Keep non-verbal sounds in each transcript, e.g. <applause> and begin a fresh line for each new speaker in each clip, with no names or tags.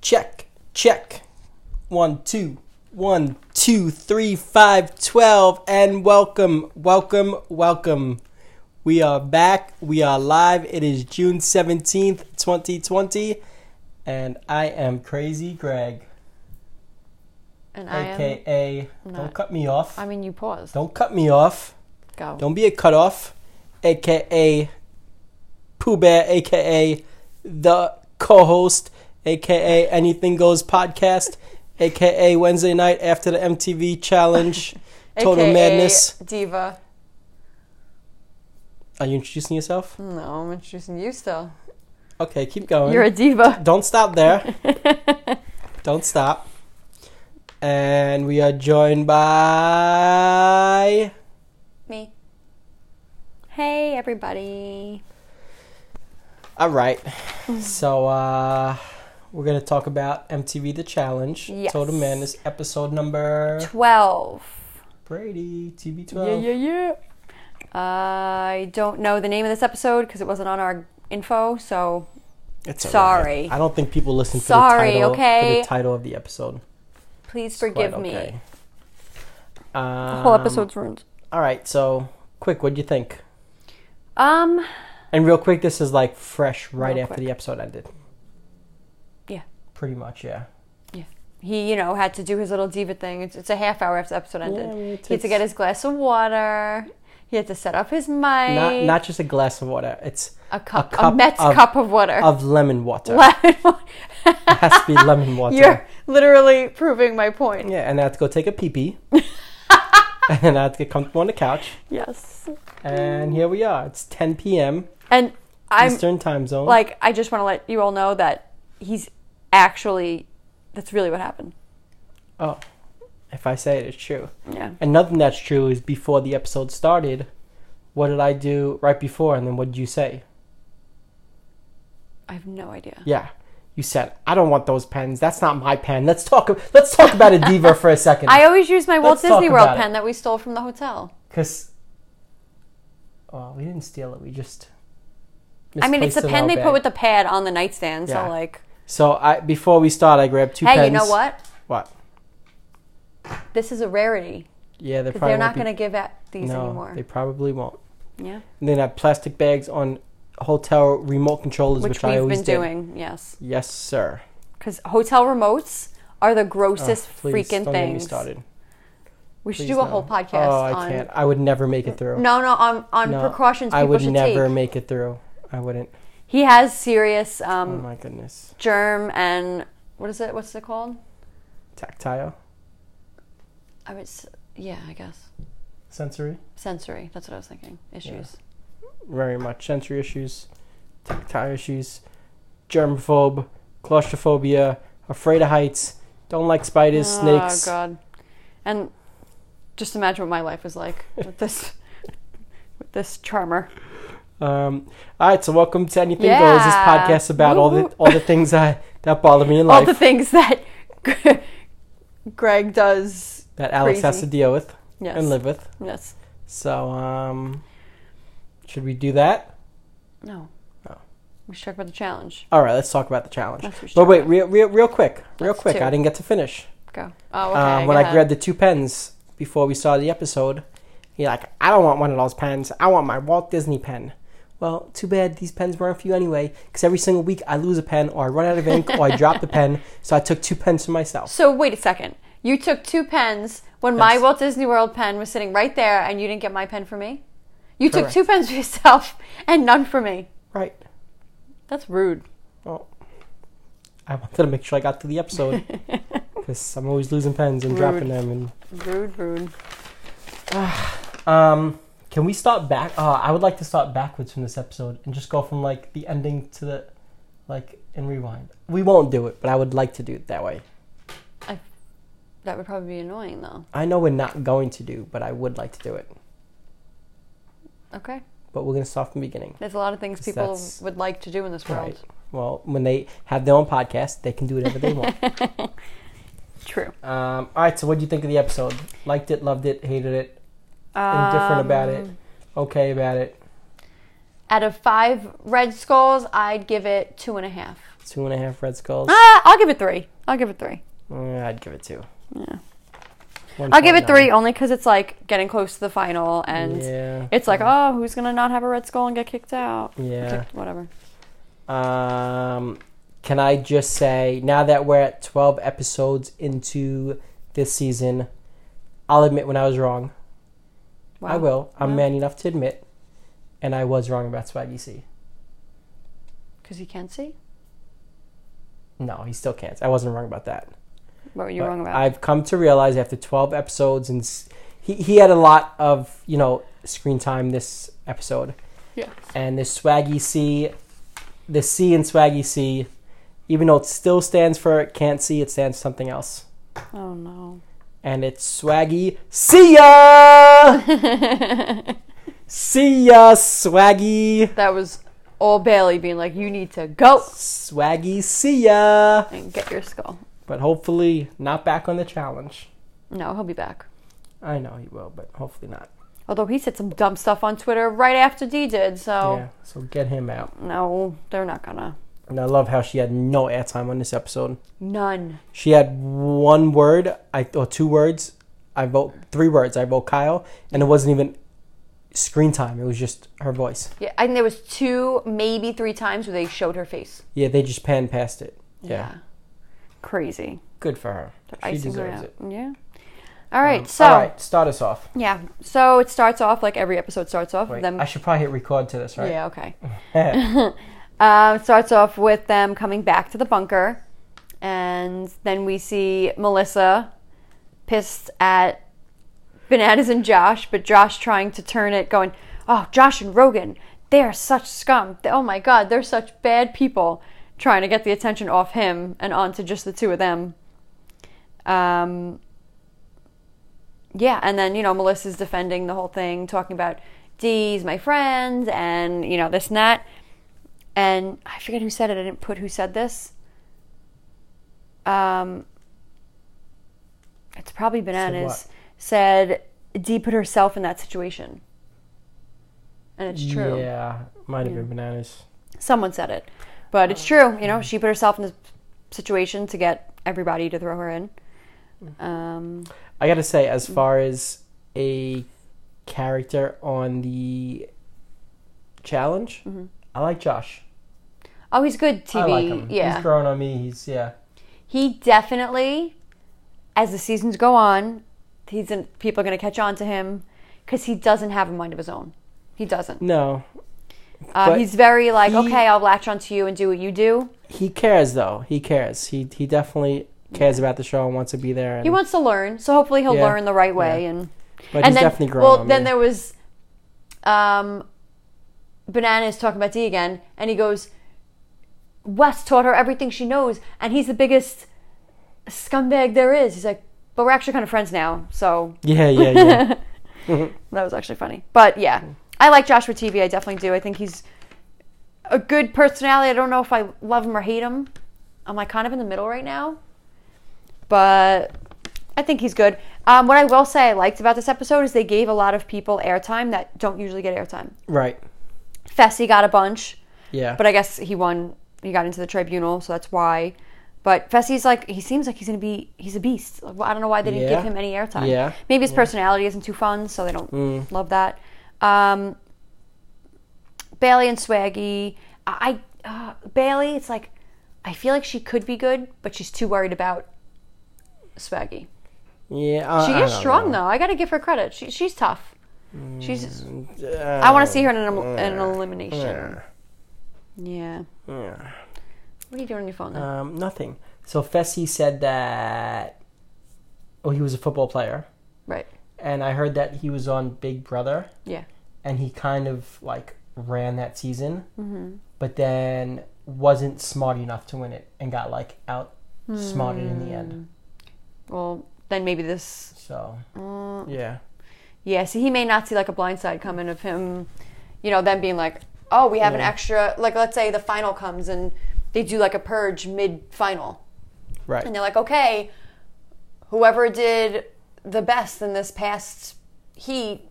Check, check. One, two, one, two, three, five, twelve, and welcome, welcome, welcome. We are back. We are live. It is June 17th, 2020, and I am Crazy Greg,
And I am.
aka. Don't
not-
cut me off.
I mean, you paused.
Don't cut me off.
Go.
Don't be a cutoff, aka Pooh Bear, aka the co-host, aka Anything Goes podcast, aka Wednesday night after the MTV
<laughs>
challenge, Total
AKA
Madness.
Diva.
Are you introducing yourself?
No, I'm introducing you still.
Okay, keep going.
You're a diva.
Don't stop
<laughs>
there. Don't stop. And we are joined by
Me. Hey, everybody.
All right.
Mm-hmm.
so uh we're going to talk about MTV The Challenge,
Yes.
Total Madness, episode number
12.
Brady, TB12.
Yeah, yeah, yeah. I don't know the name of this episode because it wasn't on our info, so
It's all
Sorry.
right. I don't think people listen for
Sorry,
the title, for
okay?
the title of the episode.
please
It's
forgive
quite
me.
okay.
The whole
Um,
episode's ruined.
All right, so quick, what'd you think?
Um,
And real quick, this is like fresh right
Real
after
quick.
the episode ended.
Yeah.
Pretty much, yeah.
he, you know, had to do his little diva thing. It's, it's a half hour after the episode ended.
Yeah,
he
it
had to
takes-
get his glass of water. He had to set up his mic.
Not not just a glass of water. It's
a cup, a,
cup
Mets
of-
cup of water.
of lemon water.
<laughs>
It has to be lemon water.
You're literally proving my point.
Yeah, and I had to go take a pee
<laughs>
pee. and I had to get comfortable on the couch.
Yes.
And here we are. It's 10 p.m.
And I'm
Eastern time zone.
like, I just want to let you all know that he's actually, that's really what happened.
oh, if I say it, it's true.
Yeah.
And nothing that's true is before the episode started. What did I do right before? And then what did you say?
I have no idea.
Yeah. You said, I don't want those pens. That's not my pen. Let's talk let's talk about a diva for a second.
<laughs> I always use my Walt
Let's talk
Disney World
about it.
pen that we stole from the hotel.
Cuz well, we didn't steal it. We just
I mean, it's the
misplaced it in
pen
our
they
bag.
put with the pad on the nightstand.
Yeah.
So, like,
So I before we start, I grabbed two
hey,
pens.
you know what?
What?
This is a rarity.
Yeah, they're
'cause
probably
they're not
won't be-
going to give out these
no,
anymore.
They probably won't.
yeah.
And then I have plastic bags on hotel remote controllers, which,
Which,
I
we've
always
been
did.
doing. Yes.
Yes, sir.
Because hotel remotes are the
Ugh,
grossest
Oh, please,
freaking
don't Get me
things.
started.
We should
Please
do a
no.
whole podcast
Oh, I
on
can't. I would never make it through.
no, no, on on
No,
precautions people
I would
should
never
take.
make it through. I wouldn't.
He has serious
Oh
um,
my goodness.
germ and what is it? What's it called?
Tactile,
I would, s- yeah, I guess
sensory,
sensory. That's what I was thinking. Issues.
very much sensory issues, tactile issues, germaphobe, claustrophobia, afraid of heights, don't like spiders, snakes.
Oh God! And just imagine what my life was
<laughs>
like with this with this charmer.
Um, all right, so welcome to Anything
Yeah.
Goes. This podcast about all the
Woo-hoo.
all the things I, that bother me in
All
life
the things that <laughs> Greg does.
that Alex has to
crazy.
deal with
Yes.
and live with.
Yes.
So, um, should we do that?
No.
Oh.
We should talk about the challenge.
All right, let's talk about the challenge.
That's what we should
But
talk
wait,
about.
real, real, real quick, real
That's
quick.
two.
I didn't get to finish.
Go. Oh, okay.
um,
go
when I
ahead.
grabbed the two pens before we started the episode, you're like, I don't want one of those pens. I want my Walt Disney pen. Well, too bad these pens weren't for you anyway, because every single week I lose a pen, or I run out of ink, or I drop the
<laughs>
pen. So I took two pens for myself.
So wait a second. You took two pens when my
Yes.
Walt Disney World pen was sitting right there, and you didn't get my pen for me. You
Correct.
took two pens for yourself <laughs> and none for me.
Right.
That's rude.
Well, I wanted to make sure I got through the
<laughs>
episode because I'm always losing pens and dropping
Rude.
them. And
Rude, rude.
um, can we start back? Uh, I would like to start backwards from this episode and just go from like the ending to the like and rewind. We won't do it, but I would like to do it that way.
That would probably be annoying, though.
I know we're not going to do, but I would like to do it.
Okay,
But we're gonna start from the beginning.
there's a lot of things
Yes,
people
that's-
would like to do in this world.
Right. Well, when they have their own podcast, they can do whatever they
<laughs>
want.
True.
um, all right. So, what do you think of the episode? Liked it, loved it, hated it, indifferent about it,
Um,
okay about it.
Out of five red skulls, I'd give it two and a half.
Two and a half red skulls.
Ah, I'll give it three. I'll give it three.
Eh, I'd give it two.
Yeah. I'll give it three only because it's like getting close to the final and
Yeah.
it's like, oh, who's gonna not have a red skull and get kicked out?
Yeah.
Like, whatever.
Um, can I just say now that we're at twelve episodes into this season, I'll admit when I was wrong.
Wow.
I will. I'm
Wow.
man enough to admit, and I was wrong about Swaggy C.
Because you can't see.
No, he still can't. I wasn't wrong about that.
What were you
But
wrong about?
I've come to realize after 12 episodes, and s- he, he had a lot of, you know, screen time this episode.
yeah.
And the Swaggy C, the C in Swaggy C, even though it still stands for can't see, it stands for something else.
Oh
<laughs>
no.
And it's Swaggy. See ya!
<laughs>
See ya, Swaggy!
That was all Bailey being like, you need to go
Swaggy, see ya!
and get your skull.
But hopefully, not back on the challenge.
No, he'll be back.
I know he will, but hopefully not.
Although he said some dumb stuff on Twitter right after D did, so
Yeah, so get him out.
no, they're not gonna.
And I love how she had no airtime on this episode.
None.
She had one word, I or two words. I vote three words. I vote Kyle, and it wasn't even screen time. It was just her voice.
Yeah, and there was two, maybe three times where they showed her face.
Yeah, they just panned past it. Yeah,
Crazy.
good for her. She
Icing her
deserves
out.
it. Um,
Yeah. All right. so
All right, start us off.
yeah. So it starts off like every episode starts off with
Wait,
them.
I should probably hit record to this, right?
Yeah. <laughs> Okay. um, starts off with them coming back to the bunker, and then we see Melissa pissed at Bananas and Josh, but Josh trying to turn it, going, "Oh, Josh and Rogan, they are such scum. They- Oh my God, they're such bad people." Trying to get the attention off him and onto just the two of them. Um, yeah, and then you know Melissa's defending the whole thing, talking about D's my friend, and you know this and that. And I forget who said it. I didn't put who said this. Um, it's probably bananas.
what?
Said, D put herself in that situation, and it's
<laughs>
true.
Yeah, might have been bananas.
Someone said it, but it's true. You know, she put herself in this situation to get everybody to throw her in.
Mm.
Um,
I gotta say, as
Mm.
far as a character on the challenge,
Mm-hmm.
I like Josh.
oh, he's good TV.
I like him.
Yeah,
He's growing on me. He's yeah.
he definitely as the seasons go on he's in, people are going to catch on to him because he doesn't have a mind of his own he doesn't
No,
uh,
but
he's very like
he-
okay i'll latch onto you and do what you do
he cares though. He cares. He he definitely cares about the show and wants to be there. And,
he wants to learn so hopefully he'll
Yeah,
learn the right way
yeah.
and
but
and
he's
then
definitely growing
well
on
then
me.
there was um bananas talking about d again and he goes wes taught her everything she knows and he's the biggest scumbag there is he's like but we're actually kind of friends now so
yeah, yeah, yeah.
<laughs> That was actually funny. But yeah, I like Joshua TV. I definitely do. I think he's a good personality. I don't know if I love him or hate him. I'm like kind of in the middle right now. But I think he's good. Um, what I will say I liked about this episode is they gave a lot of people airtime that don't usually get airtime.
right.
Fessy got a bunch,
Yeah.
but I guess he won. He got into the tribunal, so that's why. But Fessy's like he seems like he's gonna be he's a beast. Like, well, I don't know why they didn't
Yeah.
give him any airtime.
Yeah. Mm.
Maybe his personality isn't too fun, so they don't love that. Um, Bailey and Swaggy. I I- uh, Bailey. It's like I feel like she could be good, but she's too worried about Swaggy.
yeah. I,
She
I
is
don't
strong
know.
though. I got to give her credit. She, she's tough. She's.
Uh,
I want to see her in an, em- in an elimination. Yeah.
yeah.
What are you doing on your phone? Then?
Um, nothing. So Fessy said that. Oh, he was a football player,
right.
and I heard that he was on Big Brother.
Yeah.
and he kind of like ran that season,
Mm-hmm.
but then wasn't smart enough to win it and got like out smarted in the
Mm.
end.
Well, then maybe this.
So
Mm.
yeah,
Yeah. See, he may not see like a blind side coming of him. You know, them being like, oh, we have an
Yeah.
extra. Like, let's say the final comes and they do like a purge mid-final,
right.
and they're like, okay, whoever did the best in this past heat,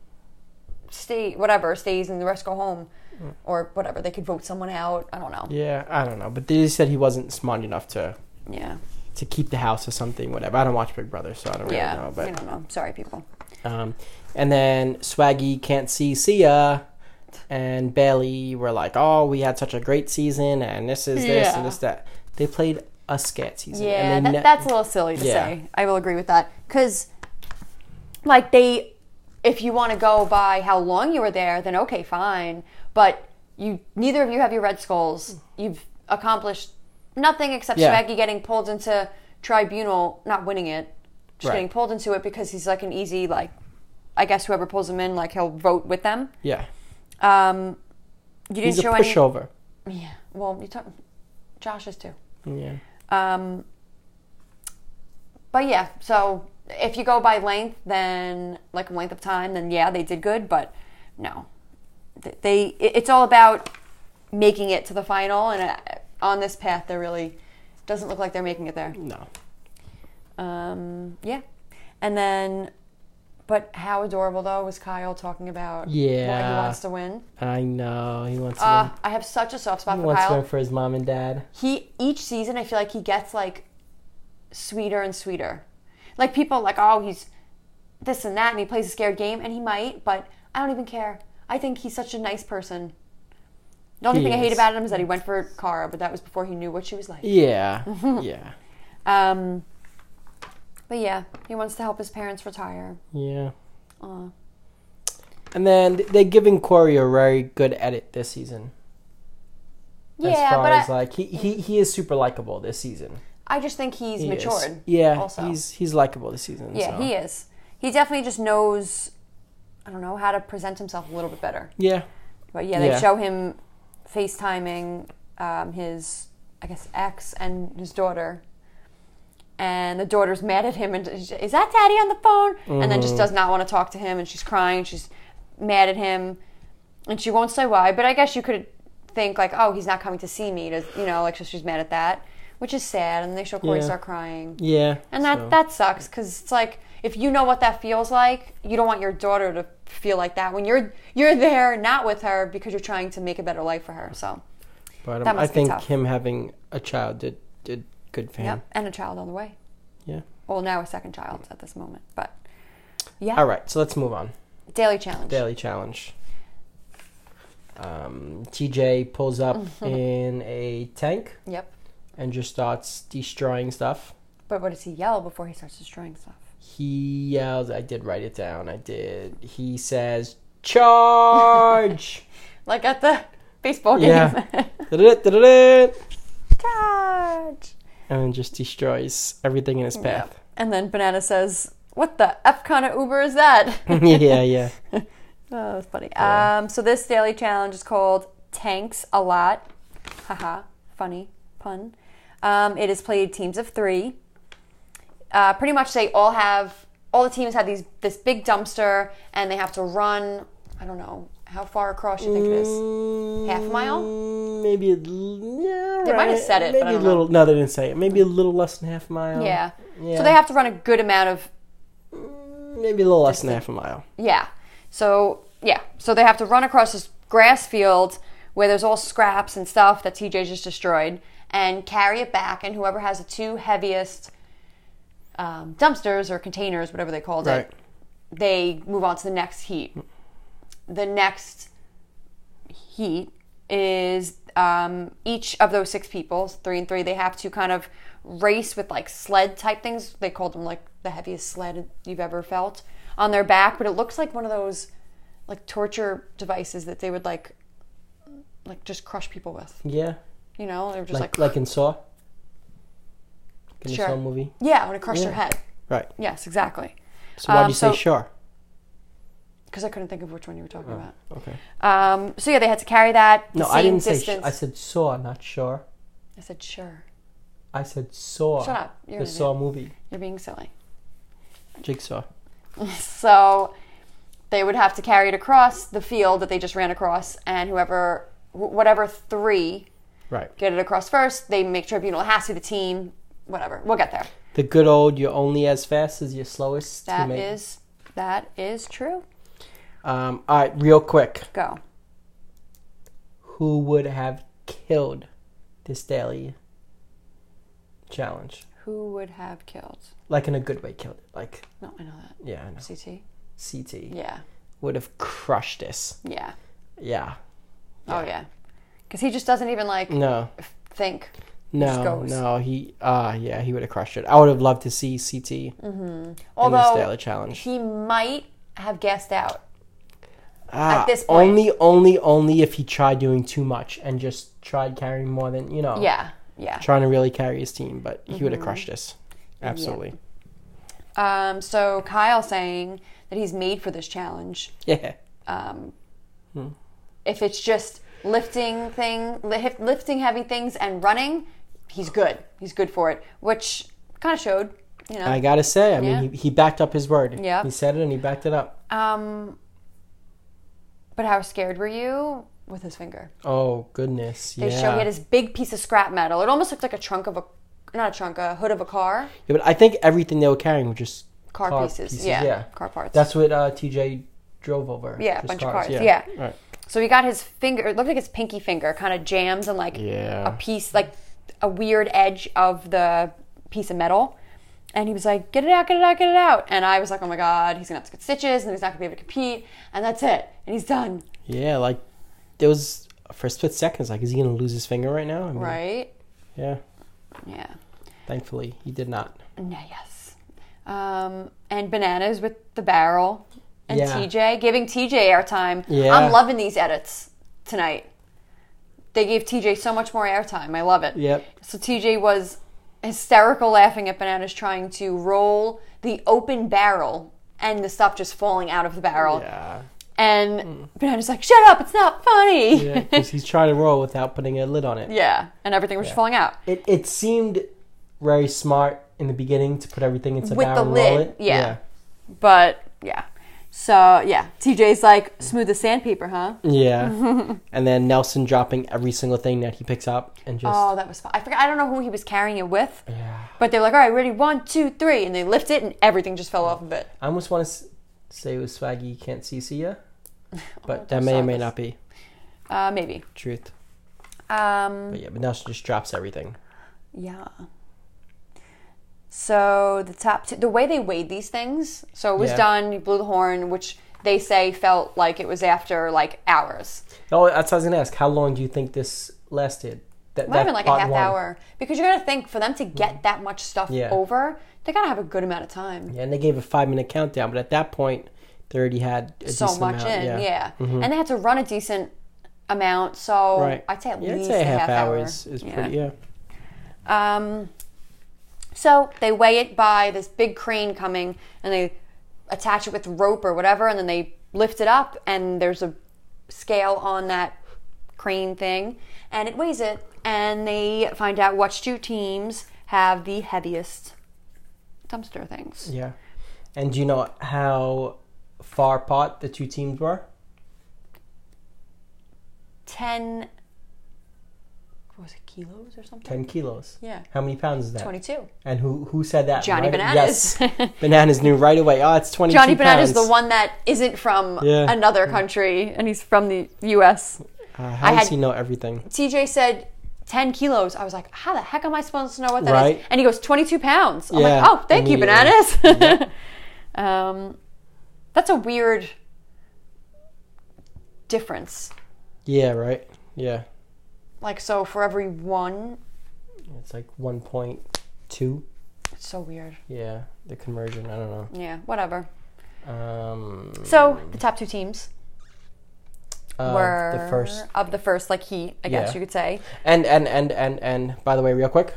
stay whatever stays, and the rest go home.
Mm.
or whatever. They could vote someone out. I don't know.
Yeah, I don't know, but they said he wasn't smart enough to
Yeah.
to keep the house or something. Whatever. I don't watch Big Brother, so I don't really
yeah.
know.
I
But
don't know. Sorry, people.
um, and then Swaggy can't see Sia. And Bailey were like, "Oh, we had such a great season, and this is this
Yeah.
and this that." They played a scat season.
Yeah,
and they
that,
ne-
that's a little silly to
Yeah.
say. I will agree with that because, like, they, if you want to go by how long you were there, then okay, fine. But you, neither of you have your red skulls. You've accomplished nothing except
Yeah.
Swaggy getting pulled into tribunal, not winning it, just
Right.
getting pulled into it because he's like an easy like. I guess whoever pulls him in, like he'll vote with them.
yeah.
Um, you didn't
He's a
show any.
pushover.
Yeah. Well, you talk. Josh is too.
Yeah.
Um, but yeah, so if you go by length, then like length of time, then yeah, they did good. But no, Th- they it- it's all about making it to the final, and uh, on this path, they really doesn't look like they're making it there.
No.
Um, yeah, and then. But how adorable though was Kyle talking about why he
Yeah.
wants to win?
I know. He wants to
Uh, I have such a soft spot
win.
for
He wants
Kyle.
to win for his mom and dad.
he each season I feel like he gets like sweeter and sweeter. Like people are like, oh, he's this and that, and he plays a scared game, and he might, but I don't even care. I think he's such a nice person. The only
He
thing I hate
is.
about him is that he went for Kara, but that was before he knew what she was like. <laughs>
Yeah. yeah.
Um, but yeah, he wants to help his parents retire.
Yeah.
Aw.
And then they're giving Corey a very good edit this season. as
Yeah,
far
but
as
I,
like he, he he is super likable this season.
I just think he's
He is.
matured.
Yeah.
also.
He's he's likable this season.
yeah,
so.
he is. He definitely just knows. I don't know how to present himself a little bit better.
Yeah.
But yeah, they
Yeah.
show him FaceTiming um, his, I guess, ex and his daughter. And the daughter's mad at him and is is that daddy on the phone? And then just does not want to talk to him and she's crying. She's mad at him and she won't say why. But I guess you could think, like, oh, he's not coming to see me. To, you know, like, so she's mad at that, which is sad. And they show Corey
Yeah.
start crying.
Yeah.
And that,
so.
that sucks because it's like if you know what that feels like, you don't want your daughter to feel like that when you're you're there not with her because you're trying to make a better life for her. So
But um,
that
I
must be
think
tough.
him having a child did did good for him.
yep, and a child on the way.
Yeah.
Well, now a second child at this moment, but yeah,
All right. So let's move on.
daily challenge.
Daily challenge. Um, TJ pulls
<laughs>
up in a tank
Yep.
and just starts destroying stuff.
But what does he yell before he starts destroying stuff?
He yells, I did write it down, I did. He says, Charge!
<laughs> Like at the baseball game.
Yeah. Da-da-da, da-da-da,
<laughs> Charge.
and then just destroys everything in his path. <laughs>
And then Banana says, "What the f kind of Uber is that?"
<laughs> yeah, yeah.
Oh, that's funny. Um, so this daily challenge is called Tanks a Lot. Haha, funny pun. Um, it is played teams of three. Uh, pretty much, they all have all the teams have these this big dumpster, and they have to run. I don't know how far across you think it is. Half mile?
Mm, Maybe. a l- Yeah,
They might have
right.
said it, but
Maybe
I don't
a
know.
little. No, they didn't say it. Maybe a little less than half a mile.
Yeah.
Yeah.
So they have to run a good amount of
Maybe a little less than half a mile.
Yeah. So yeah. So they have to run across this grass field where there's all scraps and stuff that TJ just destroyed, and carry it back. And whoever has the two heaviest um, dumpsters or containers, whatever they called
Right.
it, they move on to the next heat. The next heat is um, each of those six people, three and three, they have to kind of race with like sled type things. They called them like the heaviest sled you've ever felt on their back, but it looks like one of those like torture devices that they would like like just crush people with.
Yeah.
You know, they were just
Like,
like,
like in Saw? In the
Sure.
Saw movie?
yeah, when it crushed their
Yeah.
head.
Right.
Yes, exactly.
So why'd
Um,
you say
so-
sure?
Because I couldn't think of which one you were talking about.
Okay.
Um, so yeah, they had to carry that. the
Oh. No, I
same
didn't say. Sh-
distance.
I said saw, not sure.
I said sure.
I said saw.
Shut up. You're
the
an idiot.
Saw movie,
You're being silly. <laughs>
Jigsaw.
So they would have to carry it across the field that they just ran across, and whoever, wh- whatever three
Right.
get it across first, they make tribunal. It has to be the team, whatever. We'll get there.
The good old. You're only as fast as your slowest
That
teammate.
is that is true.
Um. All right. Real quick.
Go.
who would have killed this daily challenge?
Who would have killed?
Like in a good way, killed it. Like,
No, I know that.
yeah, I know.
CT.
CT
Yeah.
would have crushed this.
Yeah.
Yeah. Mm.
Oh yeah. Because he just doesn't even like
No.
think. just
No,
goes.
no, he, uh, yeah, he would have crushed it. I would have loved to see CT in this
Although
daily challenge.
he might have guessed out.
Ah,
this point.
Only, only, only if he tried doing too much and just tried carrying more than you know.
Yeah. Mm-hmm. Yeah.
Trying to really carry his team, but he would have crushed this. Absolutely.
Um, so Kyle saying that he's made for this challenge.
Yeah.
Um, If it's just lifting thing, li- lifting heavy things and running, he's good. He's good for it, which kind of showed. You know.
I gotta say, I
Yeah.
mean, he, he backed up his word.
Yep.
He said it and he backed it up.
um, but how scared were you with his finger?
Oh goodness.
They
yeah.
show he had this big piece of scrap metal. It almost looked like a trunk of a, not a trunk, a hood of a car.
Yeah, but I think everything they were carrying were just
Car, pieces. Yeah. Car parts.
That's what uh, TJ drove over.
Yeah, a
Just
bunch of cars, yeah.
Right.
so he got his finger, it looked like his pinky finger, kind of jams and like
Yeah.
a piece, like a weird edge of the piece of metal. And he was like, get it out, get it out, get it out. And I was like, oh my God, he's going to have to get stitches and he's not going to be able to compete. And that's it. And he's done.
Yeah, like there was for a split seconds, like, is he gonna lose his finger right now? I mean,
Right?
Yeah.
Yeah.
Thankfully, he did not.
Yeah, yes. Um, and bananas with the barrel and
Yeah.
TJ giving TJ airtime.
Yeah.
I'm loving these edits tonight. They gave TJ so much more airtime. I love it.
Yep.
So TJ was hysterical laughing at bananas trying to roll the open barrel and the stuff just falling out of the barrel.
Yeah. Hmm.
And bananas like, "Shut up! It's not funny."
Yeah, because he's trying to roll without putting a lid on it.
<laughs> Yeah, and everything was just falling out.
It it seemed very smart in the beginning to put everything into
With
barrel
the
and roll
lid,
it.
yeah. But yeah. So yeah, TJ's like smooth as sandpaper, huh?
yeah,
<laughs>
Yeah. and then Nelson dropping every single thing that he picks up and just
Oh, that was fun. I forgot. I don't know who he was carrying it with,
yeah.
but they're like, "All right, ready, one, two, three. and they lift it, and everything just fell off of it.
I almost want to say it was Swaggy you can't see see
<laughs>
ya, but that
I'm
may or
sorry,
may
this-
not be
Uh, maybe.
truth.
Um,
But yeah, but Nelson just drops everything.
yeah. So the top two, the way they weighed these things. So it was
Yeah.
done. You blew the horn, which they say felt like it was after like hours.
Oh, that's what I was gonna ask. How long do you think this lasted? That,
Might have been like a
part
half
one. Mm.
hour because you got to think for them to get that much stuff
Yeah.
over, they gotta have a good amount of time.
Yeah, and they gave a five minute countdown, but at that point, they already had a
so
decent
much
amount. Mm-hmm.
in, yeah. And they had to run a decent amount, so
Right.
I'd say at
yeah,
least
I'd say
a
half,
half
hour
hour.
is, is pretty. Yeah.
Um, so they weigh it by this big crane coming, and they attach it with rope or whatever, and then they lift it up, and there's a scale on that crane thing, and it weighs it, and they find out which two teams have the heaviest dumpster things.
Yeah. And do you know how far apart the two teams were?
Ten. What was it kilos or something?
Ten kilos.
Yeah.
How many pounds is that?
Twenty-two.
And who who said that?
Johnny
right?
Bananas. <laughs>
Yes. Bananas knew right away. Oh, it's twenty.
Johnny
pounds.
Bananas is the one that isn't from
Yeah.
another country and he's from the US.
Uh, how does
had-
he know everything?
TJ said 10 kilos. I was like, how the heck am I supposed to know what that is?
Right.
And he goes, 22 pounds. I'm
Yeah,
like, oh, thank you, Bananas.
immediately.
<laughs> um, that's a weird difference.
Yeah. Right. Yeah.
Like, so for every one,
It's like one point two.
it's so weird.
Yeah. The conversion. I don't
Yeah, whatever.
know. Um.
So the top two teams
uh,
were
the first
of the first, like heat, I guess
Yeah.
you could say.
and and and and and by the way, real quick.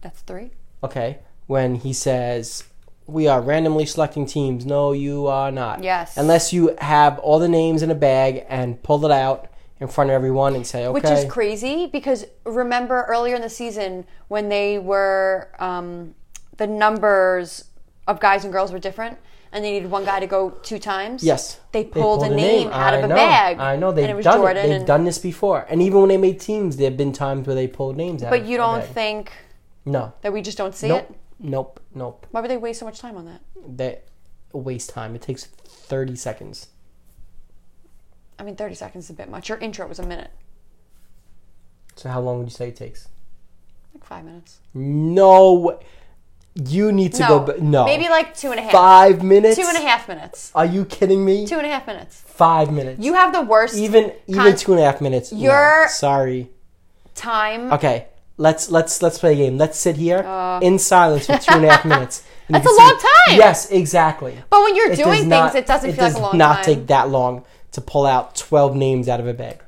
That's three.
okay, when he says, We are randomly selecting teams. No, you are not.
Yes.
Unless you have all the names in a bag and pull it out in front of everyone and say, Okay.
Which is crazy because remember earlier in the season when they were um, the numbers of guys and girls were different, and they needed one guy to go two times.
Yes.
they pulled, a name, out of
I
a
know,
bag.
I know. They've
and it was
done
Jordan.
it. They've
and,
done this before. And even when they made teams, there have been times where they pulled names out
but
of
you
a
don't
bag.
think
No.
that we just don't see
Nope.
it?
Nope. Nope.
Why would they waste so much time on that?
That waste time. It takes 30 seconds.
I mean, thirty seconds is a bit much. Your intro was a minute.
So how long would you say it takes?
Like five minutes.
No, way. you need to go. Ba- no,
Maybe like two and a half.
five minutes.
Two and a half minutes.
Are you kidding me?
Two and a half minutes.
Five minutes.
You have the worst
even even
Con-
two and a half minutes. No,
You're-
sorry.
time.
Okay, let's let's let's play a game. Let's sit here
Uh.
in silence for two and
<laughs>
a half minutes. And you
That's
can
a long time!
Yes, exactly.
But when you're
It
doing
does
things,
not-
it doesn't feel
does
like a long
not
time.
take that long to pull out twelve names out of a bag.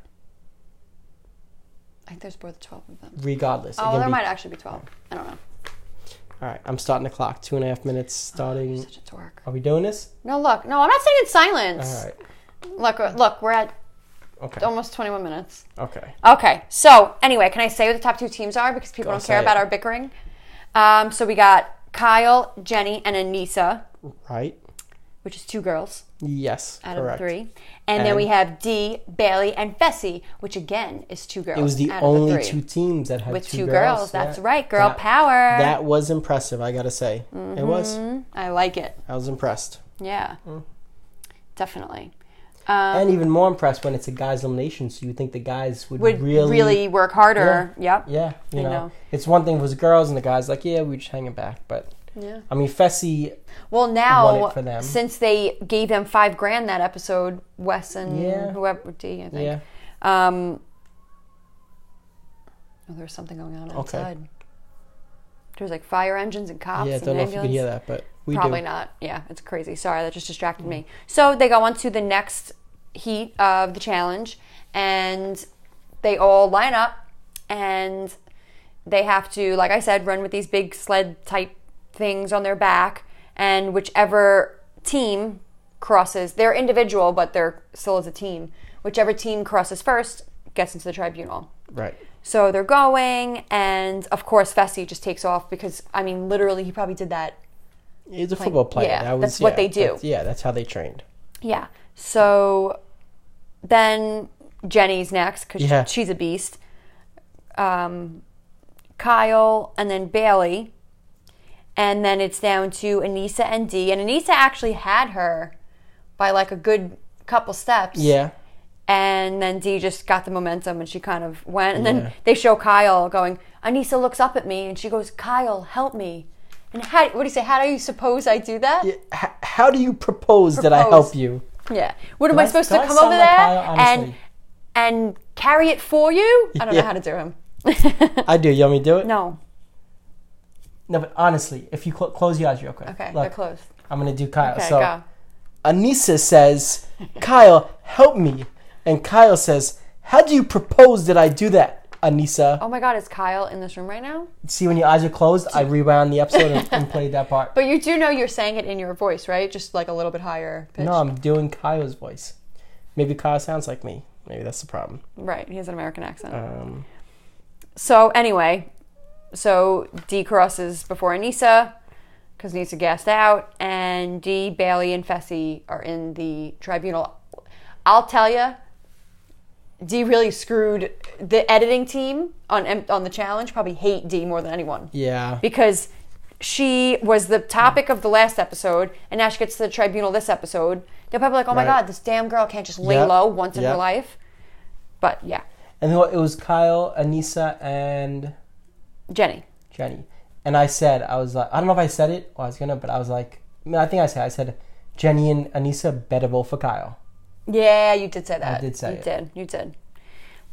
I think there's more than 12 of them.
Regardless, it
Oh,
can
there
be-
might actually be 12. I don't know.
all right. I'm starting the clock. Two and a half minutes
You're
starting.
such a dork.
Are we doing this?
No, look. No, I'm not sitting in silence.
All right.
Look, uh, look, we're at
Okay.
almost 21 minutes.
Okay.
Okay, so anyway, can I say what the top two teams are because people
Go
don't care
say
about
it.
our bickering? Um, so we got Kyle, Jenny, and Anissa,
Right.
which is two girls
Yes.
out
correct.
of the three, and, then
And-
we have Dee, Bailey, and Fessy, which again is two girls.
It was the
out
only
of the three.
two teams that had
with two,
two
girls.
yeah.
That's right, girl
That-
power.
That was impressive. I gotta say, it was.
I like it.
I was impressed,
Yeah, definitely. Um,
and even more impressed when it's a guys' elimination. So you think the guys would,
would really,
really,
work harder. Yep.
yeah. You
I
know.
know.
it's one thing if it was girls and the guys like, yeah, we just hanging back. But
Yeah.
I mean, Fessy,
Well,
Want
now
it for them.
since they gave them five grand that episode, Wes and
Yeah.
whoever D, I think.
yeah,
Um, oh, there was something going on outside. There was like fire engines and cops
yeah. I
and
don't know if
ambulance.
you can hear that, but we
Probably
do.
not. Yeah, it's crazy. Sorry, that just distracted me. So they go on to the next heat of the challenge, and they all line up, and they have to, like I said, run with these big sled type things on their back, and whichever team crosses, they're individual, but they're still as a team. Whichever team crosses first gets into the tribunal.
Right.
So they're going, and of course, Fessy just takes off because, I mean, literally, he probably did that
He's a football player.
yeah,
that was,
that's what
yeah,
they do.
that's- yeah, that's how they trained.
Yeah. So then Jenny's next because
Yeah.
she's a beast. Um, Kyle and then Bailey. And then it's down to Anissa and Dee. And Anissa actually had her by like a good couple steps.
Yeah.
And then Dee just got the momentum and she kind of went. And then
Yeah.
they show Kyle going, Anissa looks up at me and she goes, Kyle, help me. And how, what do you say? How do you suppose I do that?
H- how do you propose that I help
Propose.
you?
Yeah. What am
Do
I
I-
supposed
do
to
I
come
sound
over there
like Kyle,
and
honestly?
and carry it for you? I don't
Yeah.
know how to do him.
<laughs> I do. You want me to do it?
no.
No, but honestly, if you cl- close your eyes real quick.
Okay, they're
Look,
close.
I'm gonna do Kyle.
Okay,
so
go.
Anissa says, "Kyle, help me," and Kyle says, "How do you propose that I do that?" Anissa,
Oh my god, is Kyle in this room right now?
see when your eyes are closed, I rewound the episode and, and played that part.
But you do know you're saying it in your voice, right? Just like a little bit higher pitch.
No, I'm doing Kyle's voice. Maybe Kyle sounds like me. Maybe that's the problem.
Right, he has an American accent.
Um,
so anyway, so D crosses before Anissa because Anissa gassed out, and D, Bailey, and Fessy are in the tribunal. I'll tell you, D really screwed the editing team on on the challenge. Probably hate D more than anyone
yeah,
because she was the topic of the last episode, and now she gets to the tribunal this episode. They're probably like, "Oh my
Right.
god, this damn girl can't just lay
Yep.
low once in her
Yep.
life." But yeah,
and then it was Kyle, Anissa, and
Jenny.
Jenny. And I said, I was like, I don't know if I said it or I was gonna, but I was like, I, mean, I think I said, I said, Jenny and Anissa better vote for Kyle.
Yeah, you did say that.
did say
you
it.
did. You did.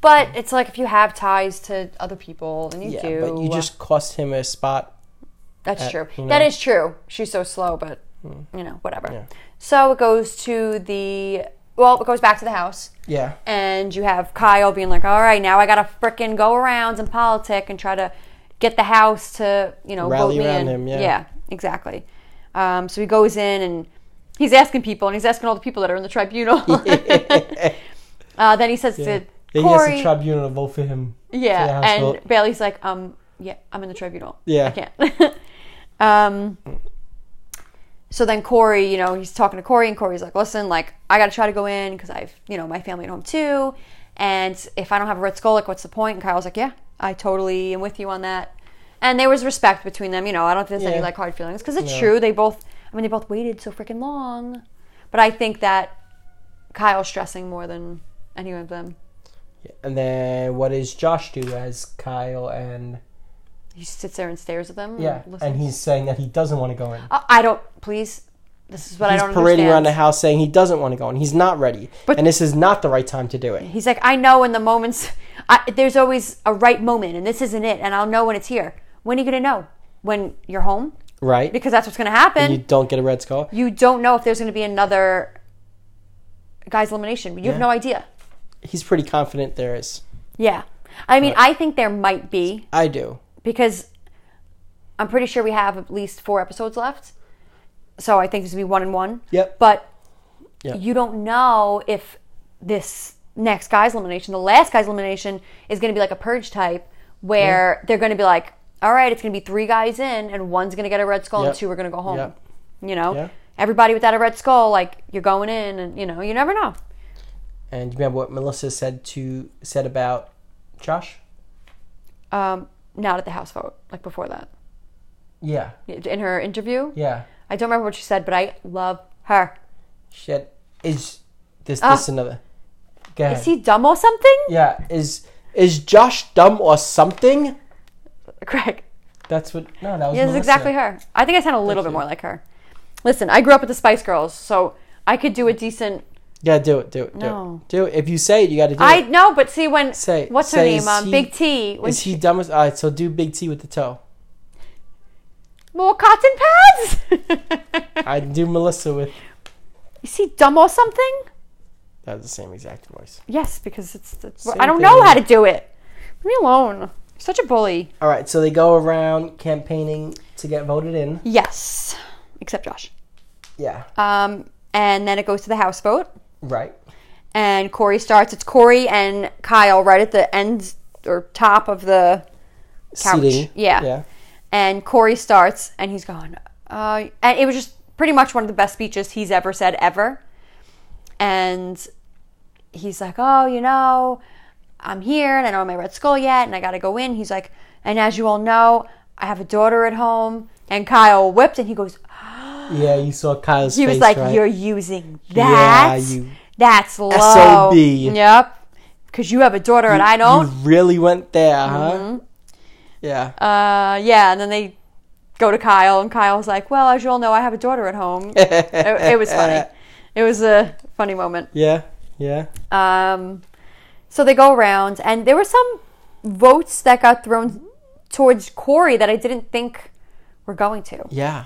But it's like if you have ties to other people, and you
Yeah,
do. uh,
but you just cost him a spot.
That's
uh,
true.
you
That
know.
is true. She's so slow, but you know, whatever.
Hmm. Yeah.
So it goes to the well, it goes back to the house.
Yeah.
and you have Kyle being like, "All right, now I gotta frickin' go around and politic and try to get the house to you know
Rally
vote me
around
in."
him, yeah.
exactly. Um, so he goes in and he's asking people, and he's asking all the people that are in
<laughs>
the tribunal. <laughs> uh, then he says to
Yeah,
Corey,
he has the tribunal to vote for him. for the
"Yeah,"
House
and
vote.
Bailey's like, "Um, yeah, I'm in the tribunal.
Yeah.
I can't." <laughs> um. So then Corey, you know, he's talking to Corey, and Corey's like, "Listen, like, I got to try to go in because I've, you know, my family at home too, and if I don't have a red skull, like, what's the point?" And Kyle's like, "Yeah, I totally am with you on that." And there was respect between them. You know, I don't think there's any
Yeah.
like hard feelings because it's
No.
true. They both, I mean, they both waited so freaking long, but I think that Kyle's stressing more than any of them.
And then what does Josh do as Kyle and
He sits there and stares at them.
yeah,
Mm, listens.
and he's saying that he doesn't want to go in.
Oh, I I don't. Please, this is what
he's
I don't
parading around
understand.
the house saying he doesn't want to go in. He's not ready,
But-
and this is not the right time to do it.
He's like, I know when the moments. I, there's always a right moment, and this isn't it. And I'll know when it's here. When are you gonna know? When you're home?
Right?
Because that's what's gonna happen.
you
You,
don't get a red skull.
don't know if there's gonna be another guy's elimination. You have
Yeah.
no idea.
He's pretty confident there is.
Yeah. I mean, I think there might be
I do.
because I'm pretty sure we have at least four episodes left. So I think this would be one and one.
Yep.
But
Yeah.
you don't know if this next guy's elimination, the last guy's elimination, is going to be like a purge type where they're going to be like, all right, it's going to be three guys in, and one's going to get a red skull,
Yep.
and two are going to go home.
Yep.
You know?
Yeah.
Everybody without a red skull, like, you're going in, and, you know, you never know.
And you remember what Melissa said to said about Josh?
Um, not at the house vote, like before that.
Yeah.
In her interview,
Yeah.
I don't remember what she said, but I love her.
Shit. Is this
Ah.
this another? Go ahead.
Is he dumb or something? <laughs>
yeah. Is is Josh dumb or something?
Craig.
That's what. No, that was.
Yeah,
Melissa.
this is exactly her. I think I sound a little bit
you.
more like her. Listen, I grew up with the Spice Girls, so I could do a decent.
Yeah, do it. Do it. Do
No.
it. Do it. If you say it, you got to do
I
it.
know, but see when
Say-
what's her
say,
name?
is
Um,
he-
Big T. When
Is he dumb as? All right. So do Big T with the toe.
more cotton pads?
<laughs> I do Melissa with.
is he dumb or something?
That's the same exact voice.
Yes, because it's. it's
Same
I don't
thing.
know how to do it. Leave me alone. You're such a bully.
All right. So they go around campaigning to get voted in.
Yes, except Josh.
Yeah.
Um, and then it goes to the house vote.
Right.
and Corey starts. It's Corey and Kyle right at the end or top of the couch.
Seating.
Yeah.
Yeah.
And Corey starts, and he's going, uh, and it was just pretty much one of the best speeches he's ever said ever. And he's like, oh, you know, I'm here, and I don't have my red skull yet, and I got to go in. He's like, and as you all know, I have a daughter at home. And Kyle whipped, and he goes,
Yeah. You saw Kyle's
he
face.
was like,
right?
"You're using that.
you
That's low.
SOB.
Yep. Because you have a daughter and I don't. Mm-hmm.
You really went there, huh? Yeah.
uh, yeah. And then they go to Kyle, and Kyle's like, "Well, as you all know, I have a daughter at home." it, it was funny. It was a funny moment.
Yeah. Yeah.
Um, so they go around, and there were some votes that got thrown towards Corey that I didn't think were going to.
Yeah.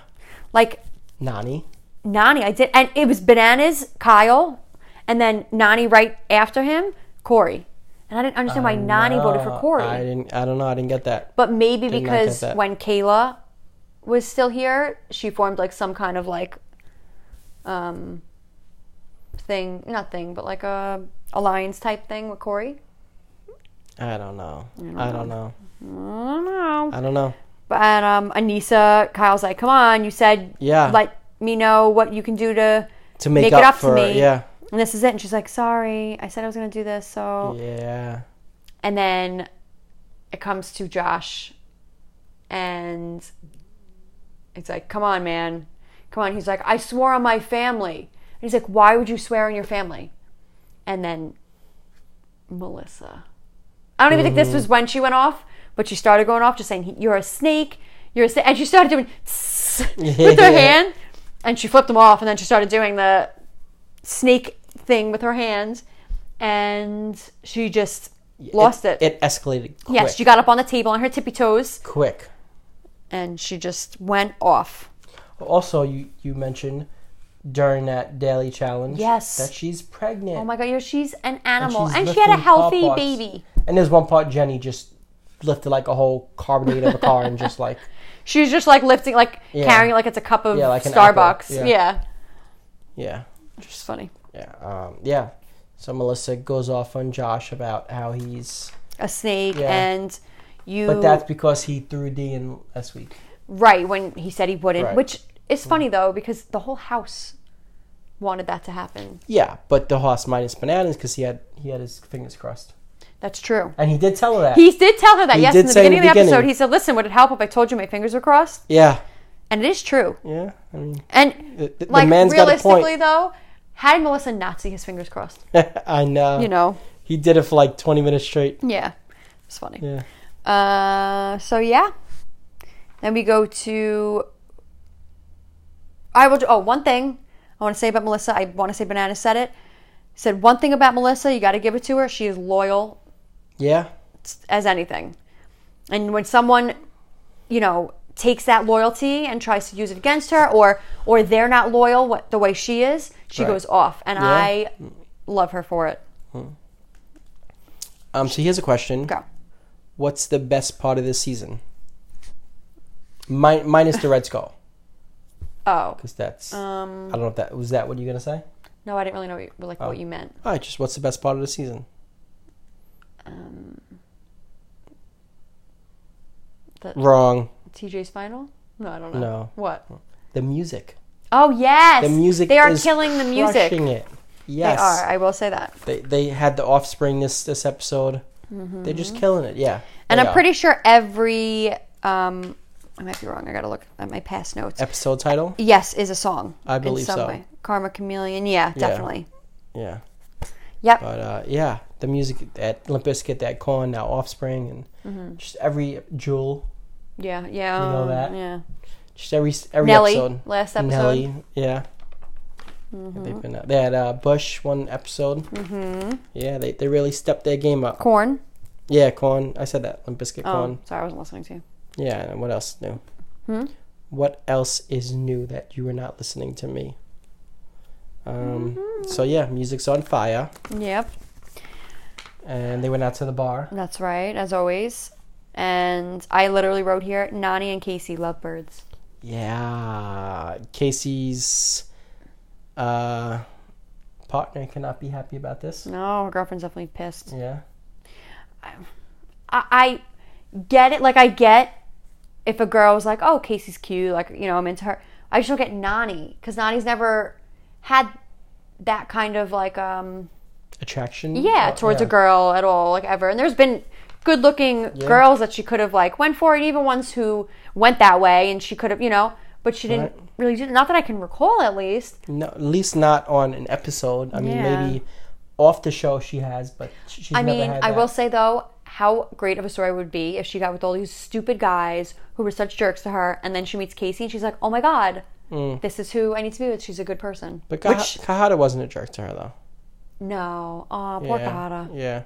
Like
Nani.
Nani, I did, and it was bananas, Kyle, and then Nani right after him, Corey. And I didn't understand why Nani voted for
Uh,
Corey,
I didn't. I don't know. I didn't get that.
but maybe
not get
because
that.
when Kayla was still here, she formed like some kind of like, um, thing, not thing, but like a alliance type thing with Corey.
I don't know. I don't know.
I don't know.
I don't know.
But um, Anissa, Kyle's like, "Come on, you said
Yeah.
let me know what you can do to
To make,
Make it
up,
up to
for
me.
yeah.
And this is it. And she's like, sorry, I said I was going to do this. So,
Yeah.
and then it comes to Josh and it's like, come on, man. Come on. He's like, I swore on my family. And he's like, why would you swear on your family? And then Melissa. I don't even think this was when she went off, but she started going off just saying, you're a snake. You're a snake. And she started doing <laughs> with her hand and she flipped them off and then she started doing the snake thing with her hand and she just lost it.
It escalated. Quick,
yes, she got up on the table on her tippy toes
quick.
and she just went off.
Also, you you mentioned during that daily challenge.
Yes.
That she's pregnant.
Oh my god, yo, she's an animal.
she's
And, she had
lifting
a
car
healthy
parts.
baby.
And there's one part Jenny just lifted like a whole carbonate of a car and just like <laughs>
She's just like lifting like
Yeah.
carrying it like it's a cup of
Yeah, like an apple.
Starbucks.
Yeah.
Yeah.
yeah.
Which is funny.
Yeah. Um, yeah. So Melissa goes off on Josh about how he's,
A snake
Yeah.
and you
but that's because he threw D in last week.
right when he said he wouldn't,
Right.
which is funny though because the whole house wanted that to happen.
Yeah, but the horse minus bananas because he had he had his fingers crossed,
That's true.
and he did tell her that.
He did tell her that,
He
yes,
did
in the
say in
beginning
the
of the
beginning.
episode. He said, Listen, would it help if I told you my fingers were crossed?
yeah,
And it is true.
yeah. I mean,
And,
the, the
like,
man's got a
realistically,
point.
though, had Melissa not see his fingers crossed,
<laughs> I know.
you know?
He did it for like 20 minutes straight.
Yeah, it's funny.
Yeah.
Uh, so yeah, then we go to. I will. do- Oh, one thing I want to say about Melissa. I want to say Banana said it. Said one thing about Melissa. You got to give it to her. She is loyal
Yeah.
as anything. And when someone, you know, takes that loyalty and tries to use it against her, or or they're not loyal what, the way she is, she
Right.
goes off, and
Yeah.
I love her for it.
Um, so here's a question.
Go.
What's the best part of this season? Mi- minus the Red Skull.
Oh
Because that's. Um, I don't know if that was that what you're going to say?
no, I didn't really know what you, like
Oh.
what you meant.
All right, just what's the best part of the season?
Um, The-
Wrong.
TJ's final? No, I don't know.
No.
What?
The music.
Oh yes,
The music
They are
is
killing the music.
Crushing it.
They
Yes. Oh,
are. I will say that.
They they had the offspring this this episode. They're just killing it. Yeah.
Mm-hmm. And
they
I'm
are.
pretty sure every um, I might be wrong. I gotta look at my past notes.
episode title.
yes, is a song.
I believe so.
Karma Chameleon. Yeah, definitely.
Yeah.
Yep.
But uh, yeah, the music at Limp Bizkit, that Corn, now Offspring, and
Mm-hmm.
just every jewel,
yeah. Yeah.
You know
um,
that?
Yeah.
just every every
Nelly,
episode.
last episode. Mm-hmm.
Nelly, yeah. They've been out. They had uh, Bush one episode. Mm-hmm. Yeah, they, they really stepped their game up.
Corn.
Yeah, Corn. I said that Limp Bizkit,
Oh,
Corn.
sorry, I wasn't listening to you.
Yeah, and what else is new?
Hmm?
What else is new that you were not listening to me? Um,
Mm-hmm.
So yeah, music's on fire,
Yep,
and they went out to the bar.
that's right, as always. And I literally wrote here, Nani and Casey love birds.
Yeah, Casey's uh, partner cannot be happy about this.
No, her girlfriend's definitely pissed.
Yeah,
I, I get it. Like I get if a girl was like, "Oh, Casey's cute," like you know, I'm into her. I just don't get Nani because Nani's never had that kind of like, um
attraction.
yeah,
Oh,
towards
yeah.
a girl at all, like ever. And there's been good-looking girls that she could have like went for, and even ones who went that way, and she could have, you know, but she didn't
Right.
really do. Not that I can recall, at least.
No, at least not on an episode. I mean,
Yeah.
maybe off the show she has, but sh- she's
I
never
mean,
had
I
that.
will say though, how great of a story it would be if she got with all these stupid guys who were such jerks to her, and then she meets Casey and she's like, "Oh my god, this is who I need to be with. She's a good person."
Mm. But Kah-
Which,
Kahada wasn't a jerk to her though.
no, oh poor
yeah.
Kahara.
Yeah.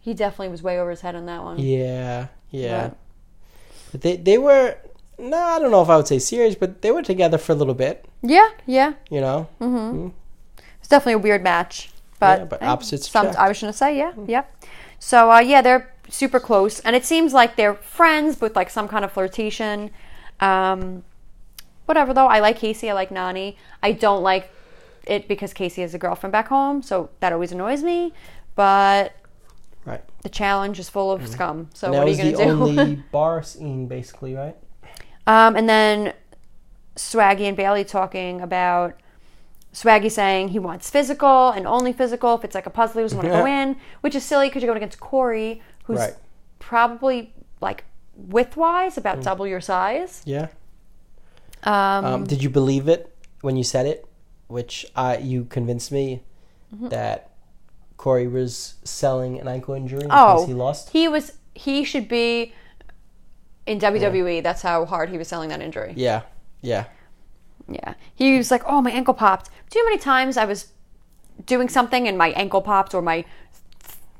he definitely was way over his head on that one.
Yeah, yeah.
But-
But they they were no, I don't know if I would say serious, but they were together for a little bit,
yeah, yeah.
you know.
Mm. It's definitely a weird match, but,
Yeah, but
eh,
opposites
some-
attract. Hmm.
I was gonna say, yeah, yep. So uh, yeah, they're super close, and it seems like they're friends with like some kind of flirtation. Um, whatever though, I like Casey. I like Nani. I don't like it because Casey has a girlfriend back home, so that always annoys me. But
Right.
the challenge is full of scum. So
Mm-hmm. And that
what are
was
you
the
gonna do? <laughs>
only bar scene basically, right?
Um, and then Swaggy and Bailey talking about Swaggy saying he wants physical and only physical. If it's like a puzzle, he doesn't want to go in, which is silly because you're going against Corey, who's
Right.
probably like width wise about
Mm.
double your size.
Yeah.
Um,
Um, did you believe it when you said it? Which I you convinced me
Mm-hmm.
that Corey was selling an ankle injury in
oh,
case he lost.
He was. He should be in WWE. That's how hard he was selling that injury.
yeah. Yeah.
Yeah. He was like, oh, my ankle popped. Too many times I was doing something and my ankle popped or my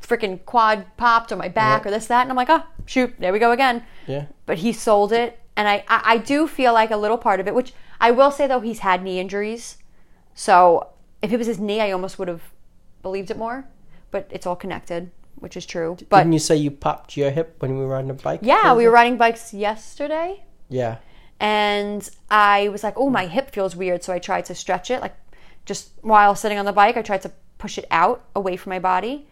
freaking quad popped or my back
Yeah.
or this, that. And I'm like, oh, shoot, there we go again.
Yeah.
But he sold it. And I, I, I do feel like a little part of it, which I will say, though, he's had knee injuries. So if it was his knee, I almost would have believed it more. But it's all connected, which is true. But
Didn't you say you popped your hip when we were on the bike?
yeah, we were riding bikes yesterday.
Yeah.
and I was like, "Oh, my hip feels weird," so I tried to stretch it, like just while sitting on the bike, I tried to push it out away from my body,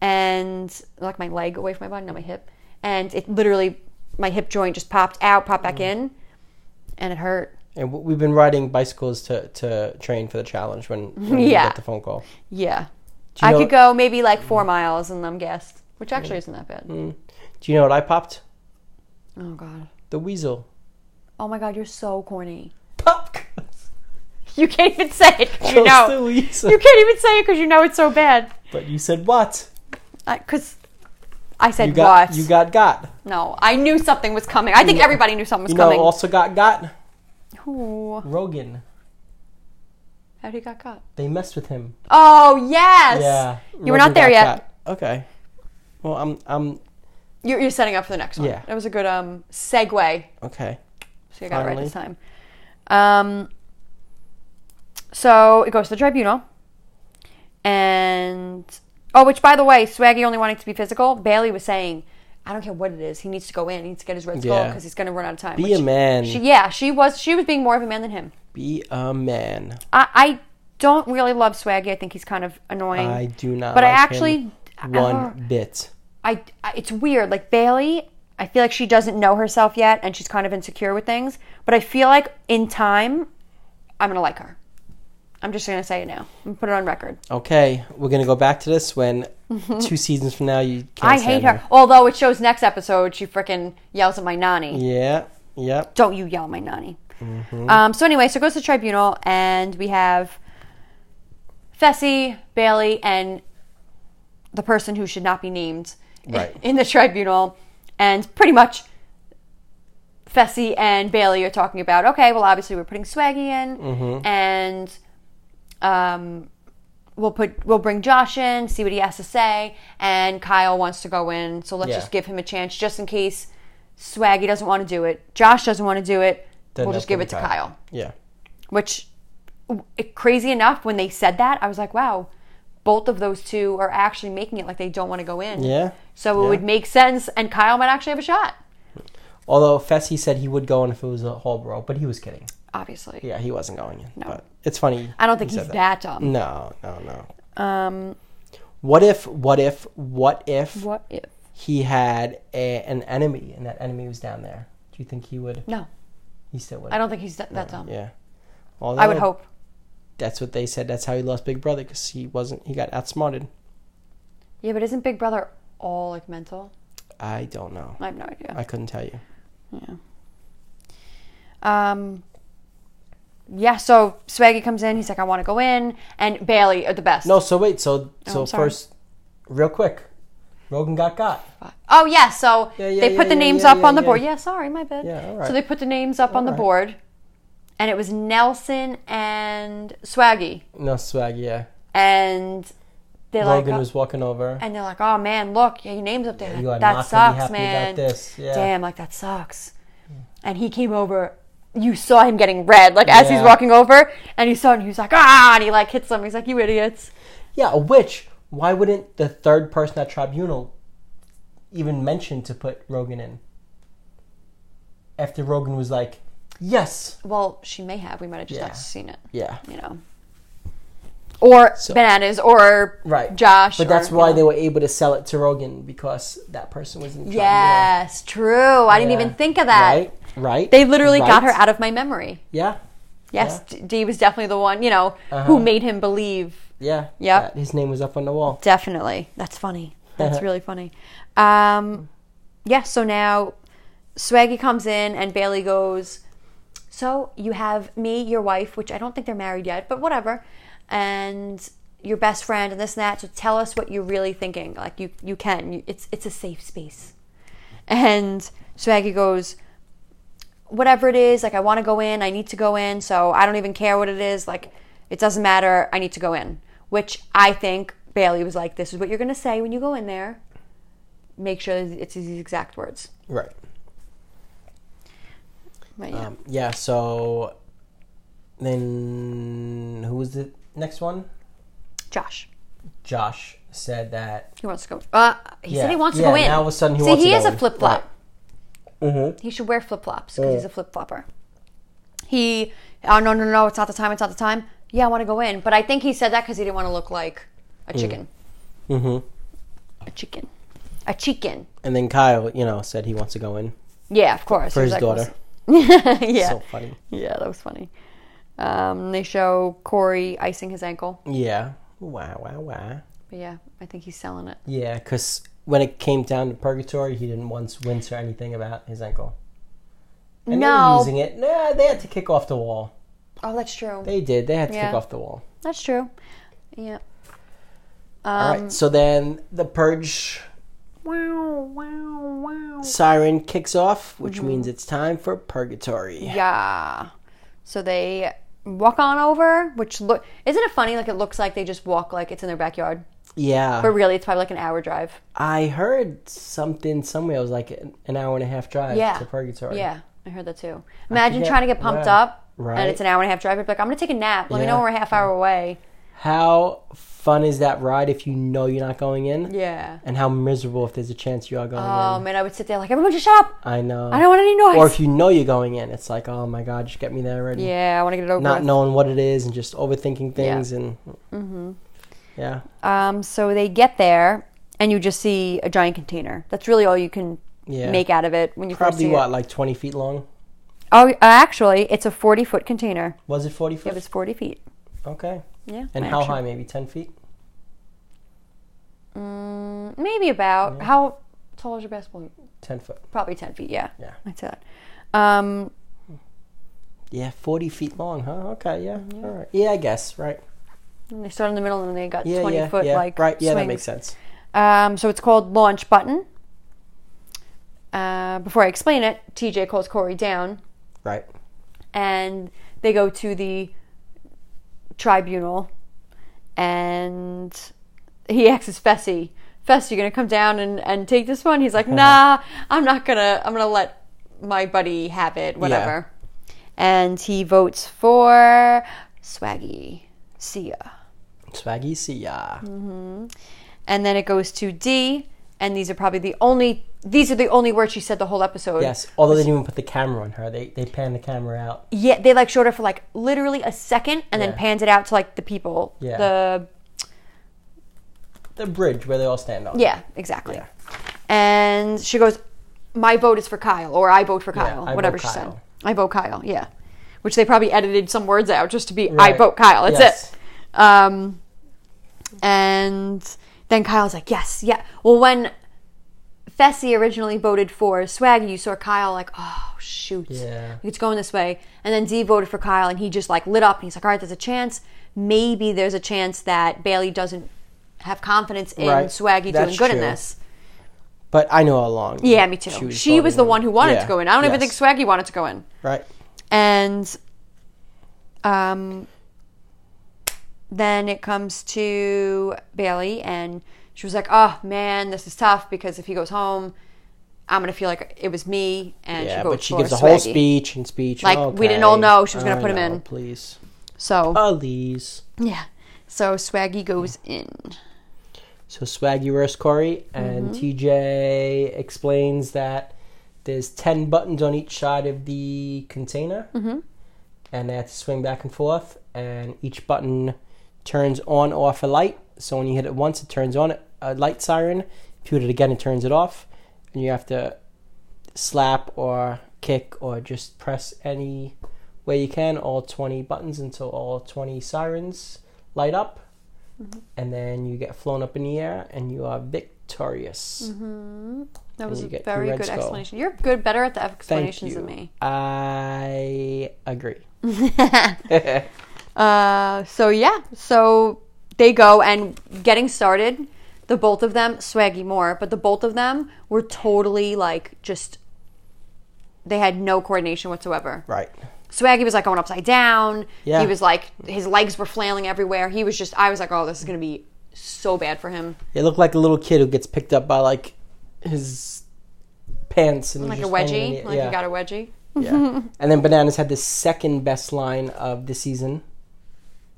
and like my leg away from my body, not my hip, and it literally my hip joint just popped out, popped
Mm.
back in, and it hurt.
And w- we've been riding bicycles to, to train for the challenge when, when we
Yeah.
get the phone call.
Yeah,
you
I
know-
could go maybe like four miles, and I'm gassed, which actually isn't that
Mm.
bad.
Do you know what I popped?
Oh god,
The
<laughs>
weasel.
oh my god, you're so corny. <laughs>
Pop! <laughs>
You can't even say it. 'cause You know,
the weasel.
you can't even say it because you know it's so bad.
But you said what?
Because I said
You got
what?
you got got.
no, I knew something was coming. I think
You-
everybody knew something was
you know,
coming.
also got got
Ooh,
Rogan.
how did he got caught?
They messed with him.
Oh yes.
Yeah,
You were not there yet.
Okay. Well, I'm I'm
You're, you're setting up for the next one.
Yeah.
That was a good um segue.
okay.
So you got it
Finally.
right this time. Um, so it goes to the tribunal. And, oh, which by the way, Swaggy only wanting to be physical. Bailey was saying, I don't care what it is. He needs to go in. He needs to get his red skull
Yeah.
because he's going to run out of time.
Be
which
a man.
She, yeah, she was. She was being more of a man than him.
Be a man.
I, I don't really love Swaggy. I think he's kind of annoying.
I do not.
But I
like
actually-
him one
Ah.
bit.
I, I it's weird. Like Bailey, I feel like she doesn't know herself yet, and she's kind of insecure with things. But I feel like in time, I'm gonna like her. I'm just gonna say it now. I'm gonna put it on record.
Okay, we're gonna go back to this when two seasons from now you. Can't
Mm-hmm. I hate
stand
her. Although it shows next episode, she freaking yells at my nanny.
Yeah. Yep. Mm-hmm.
Don't you yell at my nanny. Um, so anyway, so it goes to tribunal, and we have Fessy, Bailey, and the person who should not be named
Right.
in the tribunal, and pretty much Fessy and Bailey are talking about. Okay, well, obviously we're putting Swaggy in,
Mm-hmm.
and um, we'll put we'll bring Josh in, see what he has to say, and Kyle wants to go in, so let's
Yeah.
just give him a chance just in case Swaggy doesn't want to do it, Josh doesn't want to do it.
Then
we'll
they'll
just give
put
it to
Kyle.
Kyle
Yeah.
which w- it, crazy enough when they said that i was like wow both of those two are actually making it like they don't want to go in
Yeah.
so it
Yeah.
would make sense and kyle might actually have a shot
Although Fessy said he would go in if it was a whole bro, but he was kidding.
obviously
Yeah, he wasn't going in. But it's funny.
i don't think
he
he's
said
that. dumb
No, no, no.
um
What if? What if? What if
what if
he had a, an enemy and that enemy was down there? Do you think he would?
no
He still would.
i don't think he's that, that dumb
Yeah. Although,
i would hope
That's what they said. That's how he lost Big Brother because he wasn't. He got outsmarted.
yeah but isn't big brother all like mental
I don't know.
i have no idea
I couldn't tell you.
Um, yeah, so Swaggy comes in. He's like, I want to go in. And Bailey are the best.
No, so wait, so so
Oh, I'm sorry.
first, real quick, Rogan got got.
Oh, yeah, so
Yeah, yeah,
they
yeah,
put the
yeah,
names
yeah,
up
yeah,
on the
yeah.
board. Yeah, sorry, my bad.
Yeah, all right.
So they put the names up on the
right.
board. And it was Nelson and Swaggy.
No swag, yeah.
And they're
Rogan
like,
was walking over.
and they're like, oh, man, look, yeah, your name's up there.
You are not
that
gonna be
sucks,
happy
man.
about this. Yeah.
Damn, like, that sucks. And he came over. You saw him getting red, like as he's
Yeah.
walking over, and he saw, it, and he was like, ah, and he like hits him. He's like, you idiots.
Yeah, which why wouldn't the third person at tribunal even mention to put Rogan in? After Rogan was like, "Yes,
Well, she may have. We might have just
Yeah.
not seen it.
yeah,
You know. Or
So-
bananas, or
right,
Josh.
But that's
or-
why they were able to sell it to Rogan because that person was in the tribunal.
Yes, true. I didn't
Yeah.
even think of that.
Right, right.
They literally got her
right.
out of my memory.
Yeah, Uh-huh.
Yes, D D was definitely the one. You know who made him believe.
yeah,
Yep.
that- His name was up on the wall.
Definitely, that's funny. That's really funny. Um, yeah. So now, Swaggy comes in and Bailey goes. So you have me, your wife, which I don't think they're married yet, but whatever, and your best friend and this and that. So tell us what you're really thinking. Like you, you can. You- It's it's a safe space. And Swaggy goes, whatever it is, like I want to go in, I need to go in, so I don't even care what it is, like it doesn't matter, I need to go in. Which I think Bailey was like, this is what you're going to say when you go in there. Make sure it's his exact words.
Right.
But yeah.
Um, yeah. So then, who was the next one?
Josh,
Josh said that.
he wants to go. Uh, he said
Yeah,
he wants
yeah,
to go in.
now all of a sudden he
See,
wants
he
to
is
go
a
in.
flip flop.
Mm-hmm.
He should wear flip flops because
Mm.
he's a flip flopper. He, oh no no no, it's not the time, it's not the time. Yeah, I want to go in, but I think he said that because he didn't want to look like a
Mm.
chicken,
Mm-hmm.
a chicken, a chicken.
And then Kyle, you know, said he wants to go in
Yeah, of course.
for
He was
his
like,
daughter.
<laughs> yeah.
So funny.
Yeah, that was funny. Um, they show Corey icing his ankle.
Yeah. Wow. Wow. Wow.
But yeah, I think he's selling it.
Yeah, because when it came down to purgatory, he didn't once wince or anything about his ankle. And they
No.
were using it. Nah, they had to kick off the wall.
Oh, that's true.
They did. They had to
Yeah.
kick off the wall.
That's true. Yeah.
All right. So then the purge
Wow, wow, wow.
siren kicks off, which
Mm-hmm.
means it's time for purgatory.
Yeah. So they walk on over, which look isn't it funny? Like it looks like they just walk like it's in their backyard,
Yeah.
but really it's probably like an hour drive.
I heard something somewhere. It was like an an hour and a half drive
Yeah.
to purgatory.
Yeah, I heard that too. Imagine
forget
trying to get pumped
where.
up,
Right.
and it's an hour and a half drive. You're like, I'm gonna take a nap. Let me know
Yeah.
we're a half hour away.
How fun is that ride if you know you're not going in?
Yeah.
And how miserable if there's a chance you are going in.
Um, and I would sit there like, everyone, just shut up.
I know.
I don't want any noise.
or if you know you're going in, it's like, oh my god, just get me there already.
yeah, I want to get it over.
Not
with.
knowing what it is and just overthinking things and.
Mm-hmm.
Yeah.
Um, so they get there, and you just see a giant container. That's really all you can
Yeah.
make out of it when you first
Probably
see
what,
it.
like 20 feet long?
Oh, uh, actually, it's a forty-foot container.
Was it 40
It
feet?
was forty feet.
okay.
Yeah.
And
my
how
action.
high? Maybe 10 feet?
Mm, maybe about how tall is your basketball?
10 foot.
Probably ten feet. Yeah.
Yeah.
I'd say that. Um,
Yeah, 40 feet long, huh? Okay, yeah.
Mm-hmm.
All right. Yeah, I guess, right.
and they start in the middle, and then they got
Yeah,
twenty
yeah,
foot
yeah.
like
right. Yeah,
swings.
that makes sense.
Um, so it's called Launch Button. Uh, before I explain it, TJ calls Corey down
Right.
and they go to the tribunal and he asks Fessy, Fessy, you gonna come down and, and take this one?
<laughs>
He's like, nah, I'm not gonna, I'm gonna let my buddy have it, whatever. And he votes for Swaggy, Sia.
Swaggy, see ya.
and then it goes to D, and these are probably the only these are the only words she said the whole episode.
Yes. Although they didn't even put the camera on her, they they panned the camera out.
Yeah, they like showed her for like literally a second, and
Yeah.
then pans it out to like the people.
Yeah.
The
The bridge where they all stand on.
yeah, exactly.
Yeah.
And she goes, "My vote is for Kyle," or "I vote for Kyle,"
I vote
whatever she
Kyle.
said. I vote Kyle. Yeah, which they probably edited some words out just to be "I
Right.
vote Kyle." That's
Yes.
it. Um, and then Kyle's like, yes, yeah. Well, when Fessy originally voted for Swaggy, you saw Kyle like, oh, shoot.
Yeah.
It's going this way. And then D voted for Kyle, and he just like lit up, and he's like, all right, there's a chance. Maybe there's a chance that Bailey doesn't have confidence in
Right.
Swaggy
That's
doing good in
true.
this.
But I know all along.
Yeah, me too. She was,
voting
the
in-
one who wanted
Yeah.
to go in. I don't even think
Yes.
Swaggy wanted to go in.
Right.
And um, then it comes to Bailey, and she was like, "Oh man, this is tough because if he goes home, I'm gonna feel like it was me." And
Yeah,
she
but
votes
she
for
gives a whole
Swaggy.
speech and speech.
Like, we didn't all know she was gonna put him in.
Please,
So
please.
yeah, so Swaggy goes in.
So Swaggy versus Corey, and TJ explains that there's ten buttons on each side of the container, and they have to swing back and forth, and each button turns on or off a light. So when you hit it once, it turns on a light siren. If you hit it again, it turns it off, and you have to slap or kick or just press any way you can all 20 buttons until all 20 sirens light up and then you get flown up in the air and you are victorious
Mm-hmm. That was
you
a
get
very
Red
good
Skull.
explanation. You're good, better at the
thank
explanations
you
than me.
i agree
Uh, so yeah, so they go and getting started. The both of them, Swaggy more, but the both of them were totally like just. They had no coordination whatsoever.
right
Swaggy was like going upside down.
Yeah.
He was like his legs were flailing everywhere. He was just. I was like, oh, this is gonna be so bad for him.
it looked like a little kid who gets picked up by like his pants and he's
Like a
just hanging in
wedgie.
the-
Like
yeah,
he got a wedgie. <laughs>
yeah. and then bananas had the second best line of the season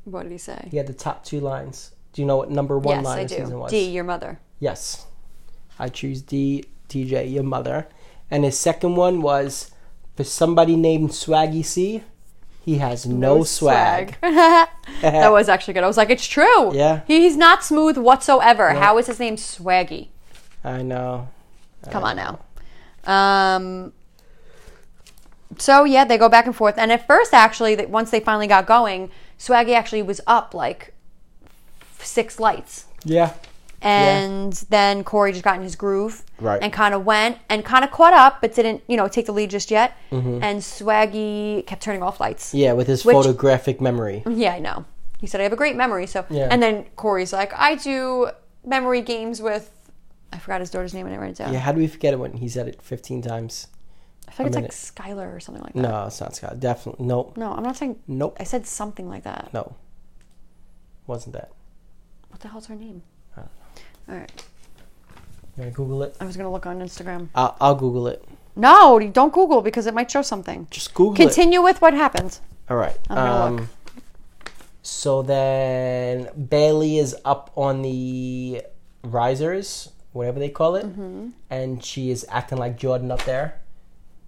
What did he say?
he had the top two lines do you know what number one
yes,
line
I
of season
do.
was
D, your mother.
Yes. I choose D, TJ, your mother. And his second one was for somebody named Swaggy C, he has no, swag. <laughs>
<laughs> that was actually good. I was like, it's true.
Yeah.
He's not smooth whatsoever. How is his name Swaggy?
I know.
Come on now. Um, so yeah, they go back and forth, and at first, actually, that once they finally got going, Swaggy actually was up like f- six lights,
Yeah.
and then Corey just got in his groove,
Right.
and kind of went and kind of caught up, but didn't you know take the lead just yet, and Swaggy kept turning off lights.
Mm-hmm. Yeah, with his
Which- Mm-hmm.
photographic memory.
Yeah, I know. He said, I have a great memory. So,
Yeah.
and then Corey's like, I do memory games with, I forgot his daughter's name. I didn't write it down.
Yeah, how do we forget it when he said it 15 times?
I feel like
a
it's like Skylar or something like that.
No, it's not Scott. Definitely. Nope.
No, I'm not saying.
Nope.
I said something like that.
No. Wasn't that.
What the hell's her name?
I don't
All right,
You want to Google it?
I was gonna look on Instagram.
I'll, I'll Google it.
No, don't Google because it might show something.
Just Google it.
Continue with what happened.
All right.
I'm gonna
um,
look.
So then Bailey is up on the risers, whatever they call it,
Mm-hmm.
and she is acting like Jordan up there,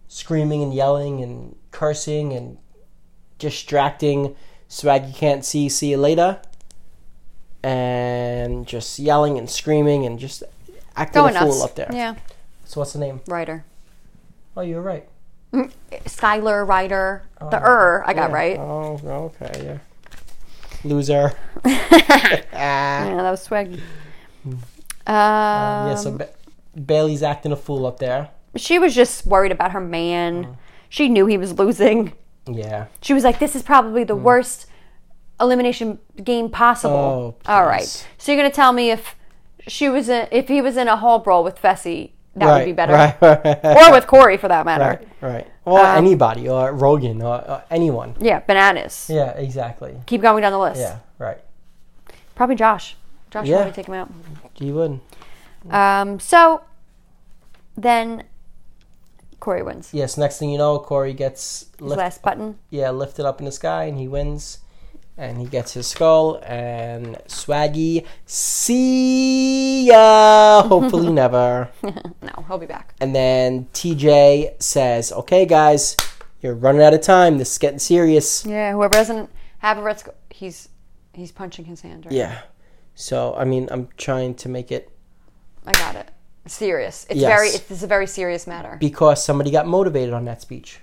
screaming and yelling and cursing and distracting. Swag, you can't see. See you later. And just yelling and screaming and just acting
Going
a fool
nuts.
up there.
Yeah,
So what's the name?
Ryder,
Oh, you were right.
Eh, Skylar, Ryder, the er I got
Oh, Yeah.
right. <laughs>
Oh, okay, yeah. Loser. Ah.
Yeah, that was swag.
Hmm.
Um,
yeah, so ba- Bailey's acting a fool up there.
she was just worried about her man.
Uh-huh.
She knew he was losing.
Yeah.
She was like, "This is probably
Hmm.
the worst elimination game possible."
Oh,
All
please.
right. So you're gonna tell me if she was in, if he was in a hall brawl with Fessy, that would be better,
Right, <laughs> right,
or with Corey for that matter.
right, right. Or
Um,
anybody, or Rogan, or, or anyone.
Yeah, bananas.
Yeah, exactly.
Keep going down the list.
Yeah, right.
Probably Josh. Josh
Yeah.
yeah. probably take him out.
He would.
Um, so then Corey wins.
Yes, next thing you know, Corey gets
His
lift,
last button.
yeah, lifted up in the sky and he wins. And he gets his skull and swaggy. See ya! <laughs>
<laughs>
Hopefully, never.
No, he'll be back.
And then TJ says, Okay, guys, you're running out of time. This is getting serious.
Yeah, whoever doesn't have a red sc- he's he's punching his hand. Right?
Yeah. So I mean, I'm trying to make it
I got it. Serious. It's
Yes.
very it's, it's a very serious matter.
because somebody got motivated on that speech.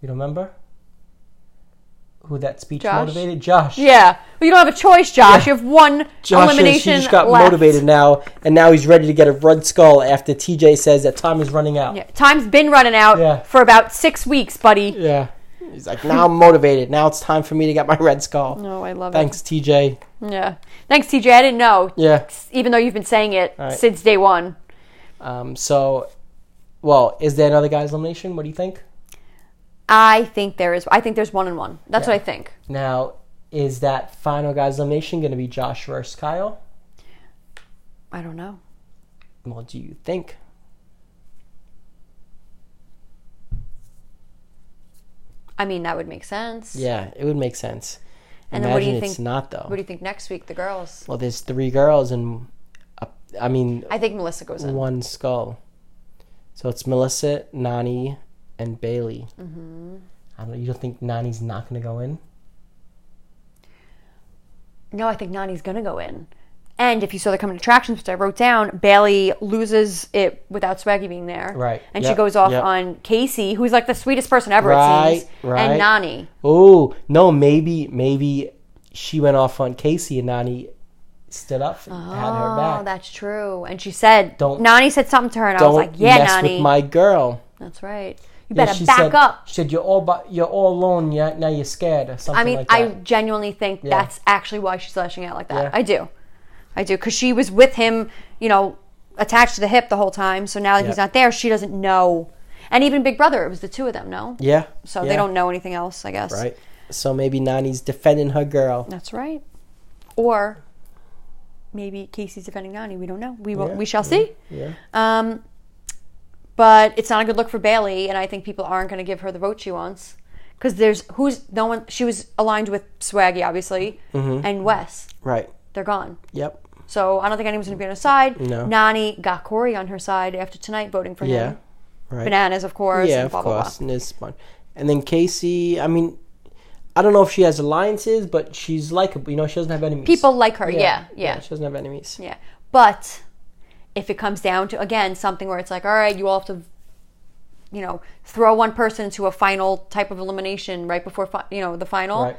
You don't remember who that speech
Josh?
motivated? Josh.
yeah. Well, you don't have a choice, Josh. You have one
Josh is-
elimination
he just got
left.
motivated now, and now he's ready to get a red skull after TJ says that time is running out.
Yeah, Time's been running out
Yeah.
for about six weeks, buddy.
Yeah. He's like, now I'm motivated. Now it's time for me to get my red skull.
No, Oh, I love
Thanks, TJ.
it. Yeah. Thanks, TJ. I didn't know.
Yeah.
Even though you've been saying it
right.
since day one.
Um, so, well, is there another guy's elimination? What do you think?
I think there is. I think there's one and one. That's what I think.
Now, is that final guy's elimination going to be Josh versus Kyle?
I don't know.
What do you think?
I mean, that would make sense.
Yeah, it would make sense. Imagine
And then what do you
it's
think?
not though.
What do you think next week? The girls.
well, there's three girls and a, I mean
I think Melissa goes in.
one skull. So it's Melissa, Nani, and Bailey. Mm-hmm. I don't know. You don't think Nani's not going to go in?
No, I think Nani's gonna go in. And if you saw the coming attractions, which I wrote down, Bailey loses it without Swaggy being there.
Right.
And she
Yep.
goes off
Yep.
on Casey, who's like the sweetest person ever,
Right,
it seems.
right.
And Nani.
Oh no, maybe maybe she went off on Casey and Nani stood up and had her
Oh,
back.
that's true. And she said,
Don't-
Nani said something to her, and I
don't
was like, yeah,
mess
Nani.
with my girl.
that's right. You
Yeah,
better
she
back
said,
up.
She said, "You're all, by, you're all alone. Yeah, now you're scared or something."
I mean,
like that.
I genuinely think that's actually why she's lashing out like that.
Yeah.
I do. I do. Because she was with him, you know, attached to the hip the whole time. So now that
Yep.
he's not there, she doesn't know. And even Big Brother, it was the two of them, no?
yeah.
So
yeah.
they don't know anything else, I guess.
Right. So maybe Nani's defending her girl.
That's right. Or maybe Casey's defending Nani. We don't know. We will,
Yeah,
we shall
yeah.
see.
Yeah.
Um, but it's not a good look for Bailey, and I think people aren't going to give her the vote she wants because there's who's no one. She was aligned with Swaggy, obviously,
Mm-hmm.
and Wes.
Right.
They're gone.
Yep.
So I don't think anyone's going to be on her side.
No.
Nani got Corey on her side after tonight voting for
Yeah.
him.
Right.
Bananas, of course.
yeah,
and
of
blah, blah,
course. And it's fun. And then Casey, I mean, I don't know if she has alliances, but she's likable. You know, she doesn't have enemies.
Blah. People like her. Yeah. yeah.
She doesn't have enemies.
Yeah. But if it comes down to again something where it's like, all right, you all have to, you know, throw one person to a final type of elimination right before fi- you know the final,
Right.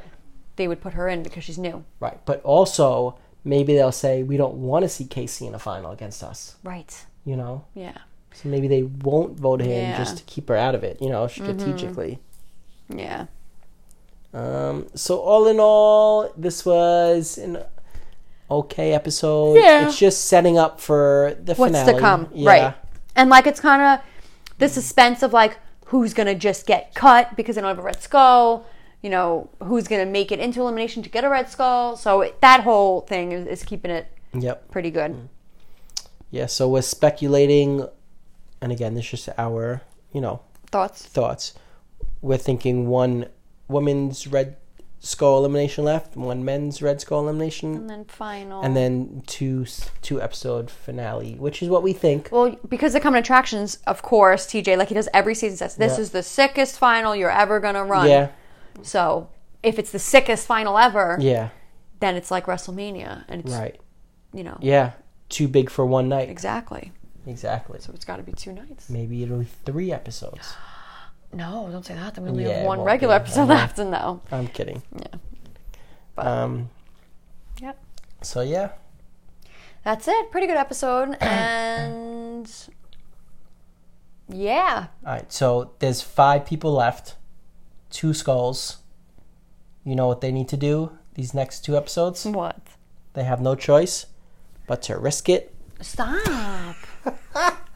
they would put her in because she's new.
Right. But also, maybe they'll say we don't want to see Casey in a final against us.
Right.
You know,
Yeah.
so maybe they won't vote her in
Yeah. Mm-hmm.
just to keep her out of it. You know, strategically.
Yeah.
Um, so all in all, this was an okay episode.
Yeah.
It's just setting up for the
What's
finale.
to come,
Yeah.
right? And like it's kind of the suspense of like who's gonna just get cut because they don't have a red skull. You know who's gonna make it into elimination to get a red skull. So it, that whole thing is, is keeping it
Yep.
pretty good.
Mm. Yeah. So we're speculating, and again, this is just our you know
Thoughts?
thoughts. We're thinking one woman's red skull elimination left, one men's red skull elimination,
And then final.
Mm. and then two s- two episode finale, which is what we think.
Well, because the common attractions, of course, TJ, like he does every season, says this
Yeah.
is the sickest final you're ever gonna run.
Yeah.
So if it's the sickest final ever,
Yeah.
then it's like WrestleMania, and it's
Right.
you know
Yeah. Too big for one night.
exactly.
Exactly.
So it's got to be two nights.
Maybe it'll be three episodes.
<sighs> No, don't say that. Then we only
Yeah,
have
it
one
won't
regular
be. Uh-huh.
episode
Okay.
left, and no.
I'm kidding.
Yeah. But-
Um.
Yep.
So yeah.
That's it. Pretty
<clears throat>
good episode, and yeah,
All right. So there's five people left. Two skulls. You know what they need to do these next two episodes?
what?
They have no choice but to risk it <laughs>
Stop.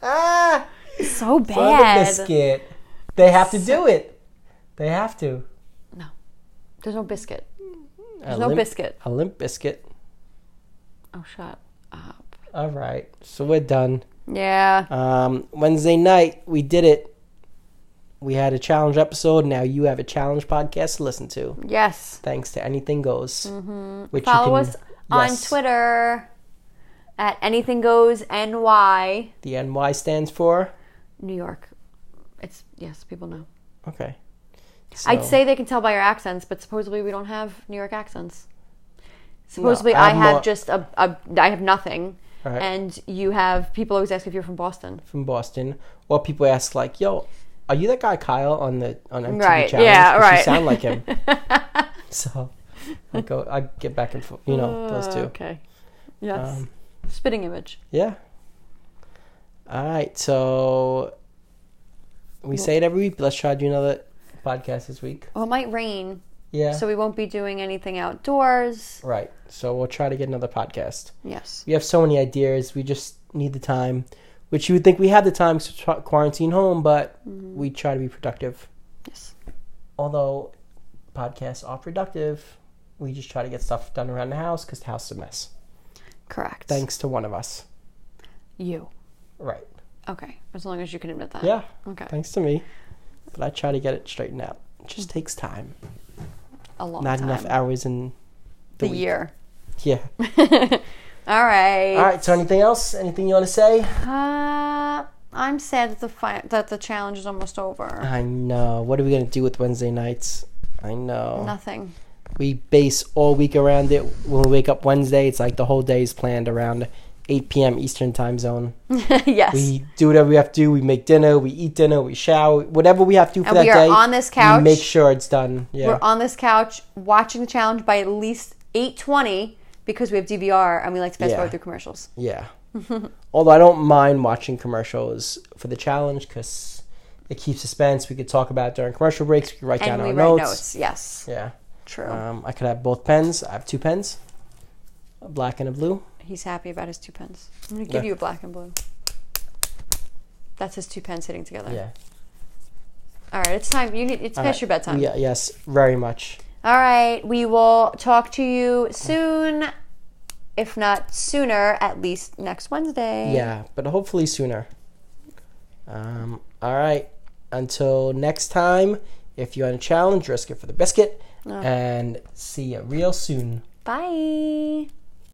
Ah,
So
for
bad.
the biscuit. They have to do it. They have to.
There's no biscuit.
There's
no biscuit.
A limp biscuit.
Oh, shut up.
All right. So we're done.
Yeah.
Um, Wednesday night, we did it. We had a challenge episode. Now you have a challenge podcast to listen to.
Yes.
Thanks to Anything Goes. Mm-hmm. Which you
Follow
can-
us on
Yes.
Twitter at anything goes NY
The NY stands for.
New York. It's yes, people know.
Okay.
I'd
So-
say they can tell by our accents, but supposedly we don't have New York accents. Supposedly,
No, I
I
have
have
more-
just a, a I have nothing,
Right.
and you have people always ask if you're from Boston.
from Boston, or people ask like, "Yo, are you that guy Kyle on the on MTV
Right,
Challenge?
yeah,
'Cause You
right.
sound like
<laughs>
him." so I go, I get back and forth, you know, those two.
Uh, Okay. Yes.
Um,
Spitting image.
Yeah. All right, so we say it every week. but Let's try to do another podcast this week.
Well, it might rain,
Yeah.
so we won't be doing anything outdoors.
right. So we'll try to get another podcast.
Yes.
We have so many ideas. We just need the time, which you would think we had the time to tr- quarantine home, but we try to be productive.
Yes.
although podcasts are productive, we just try to get stuff done around the house because the house is a mess.
Correct.
Thanks to one of us.
You.
Right.
Okay. As long as you can admit that.
Yeah.
Okay.
Thanks to me. But I try to get it straightened out. It just takes time.
A long
Not
time.
enough hours in
the
the, week.
<laughs> year.
Yeah.
All right.
All right. So, anything else? Anything you want to say?
Uh, I'm sad that the fi- that the challenge is almost over.
I know. What are we going to do with Wednesday nights? I know.
Nothing. <laughs>
We base all week around it. When we wake up Wednesday, it's like the whole day is planned around 8 p.m. Eastern time zone.
yes.
We do whatever we have to do. We make dinner. We eat dinner. We shower. Whatever we have to do for
And
that
we are
day.
on this couch.
We make sure it's done. Yeah.
We're on this couch watching the challenge by at least 8:20 because we have DVR and we like to fast
Yeah.
forward through commercials. <laughs>
yeah. Although I don't mind watching commercials for the challenge because it keeps suspense. We could talk about it during commercial breaks. We could write down
And we
our
write
notes.
notes. Oh. Yes.
Yeah.
True.
Um, I could have both pens. I have two pens, a black and a blue.
He's happy about his two pens. I'm going to
Yeah.
give you a black and blue. That's his two pens hitting together.
Yeah.
All right, it's time. You need it's
All
past
right.
your bedtime.
Yeah. Yes. Very much.
All right, we will talk to you soon. If not sooner, at least next Wednesday.
Yeah. But hopefully sooner. Um, all right. Until next time, if you're on a challenge, risk it for the biscuit.
Oh.
And see you real soon.
Bye.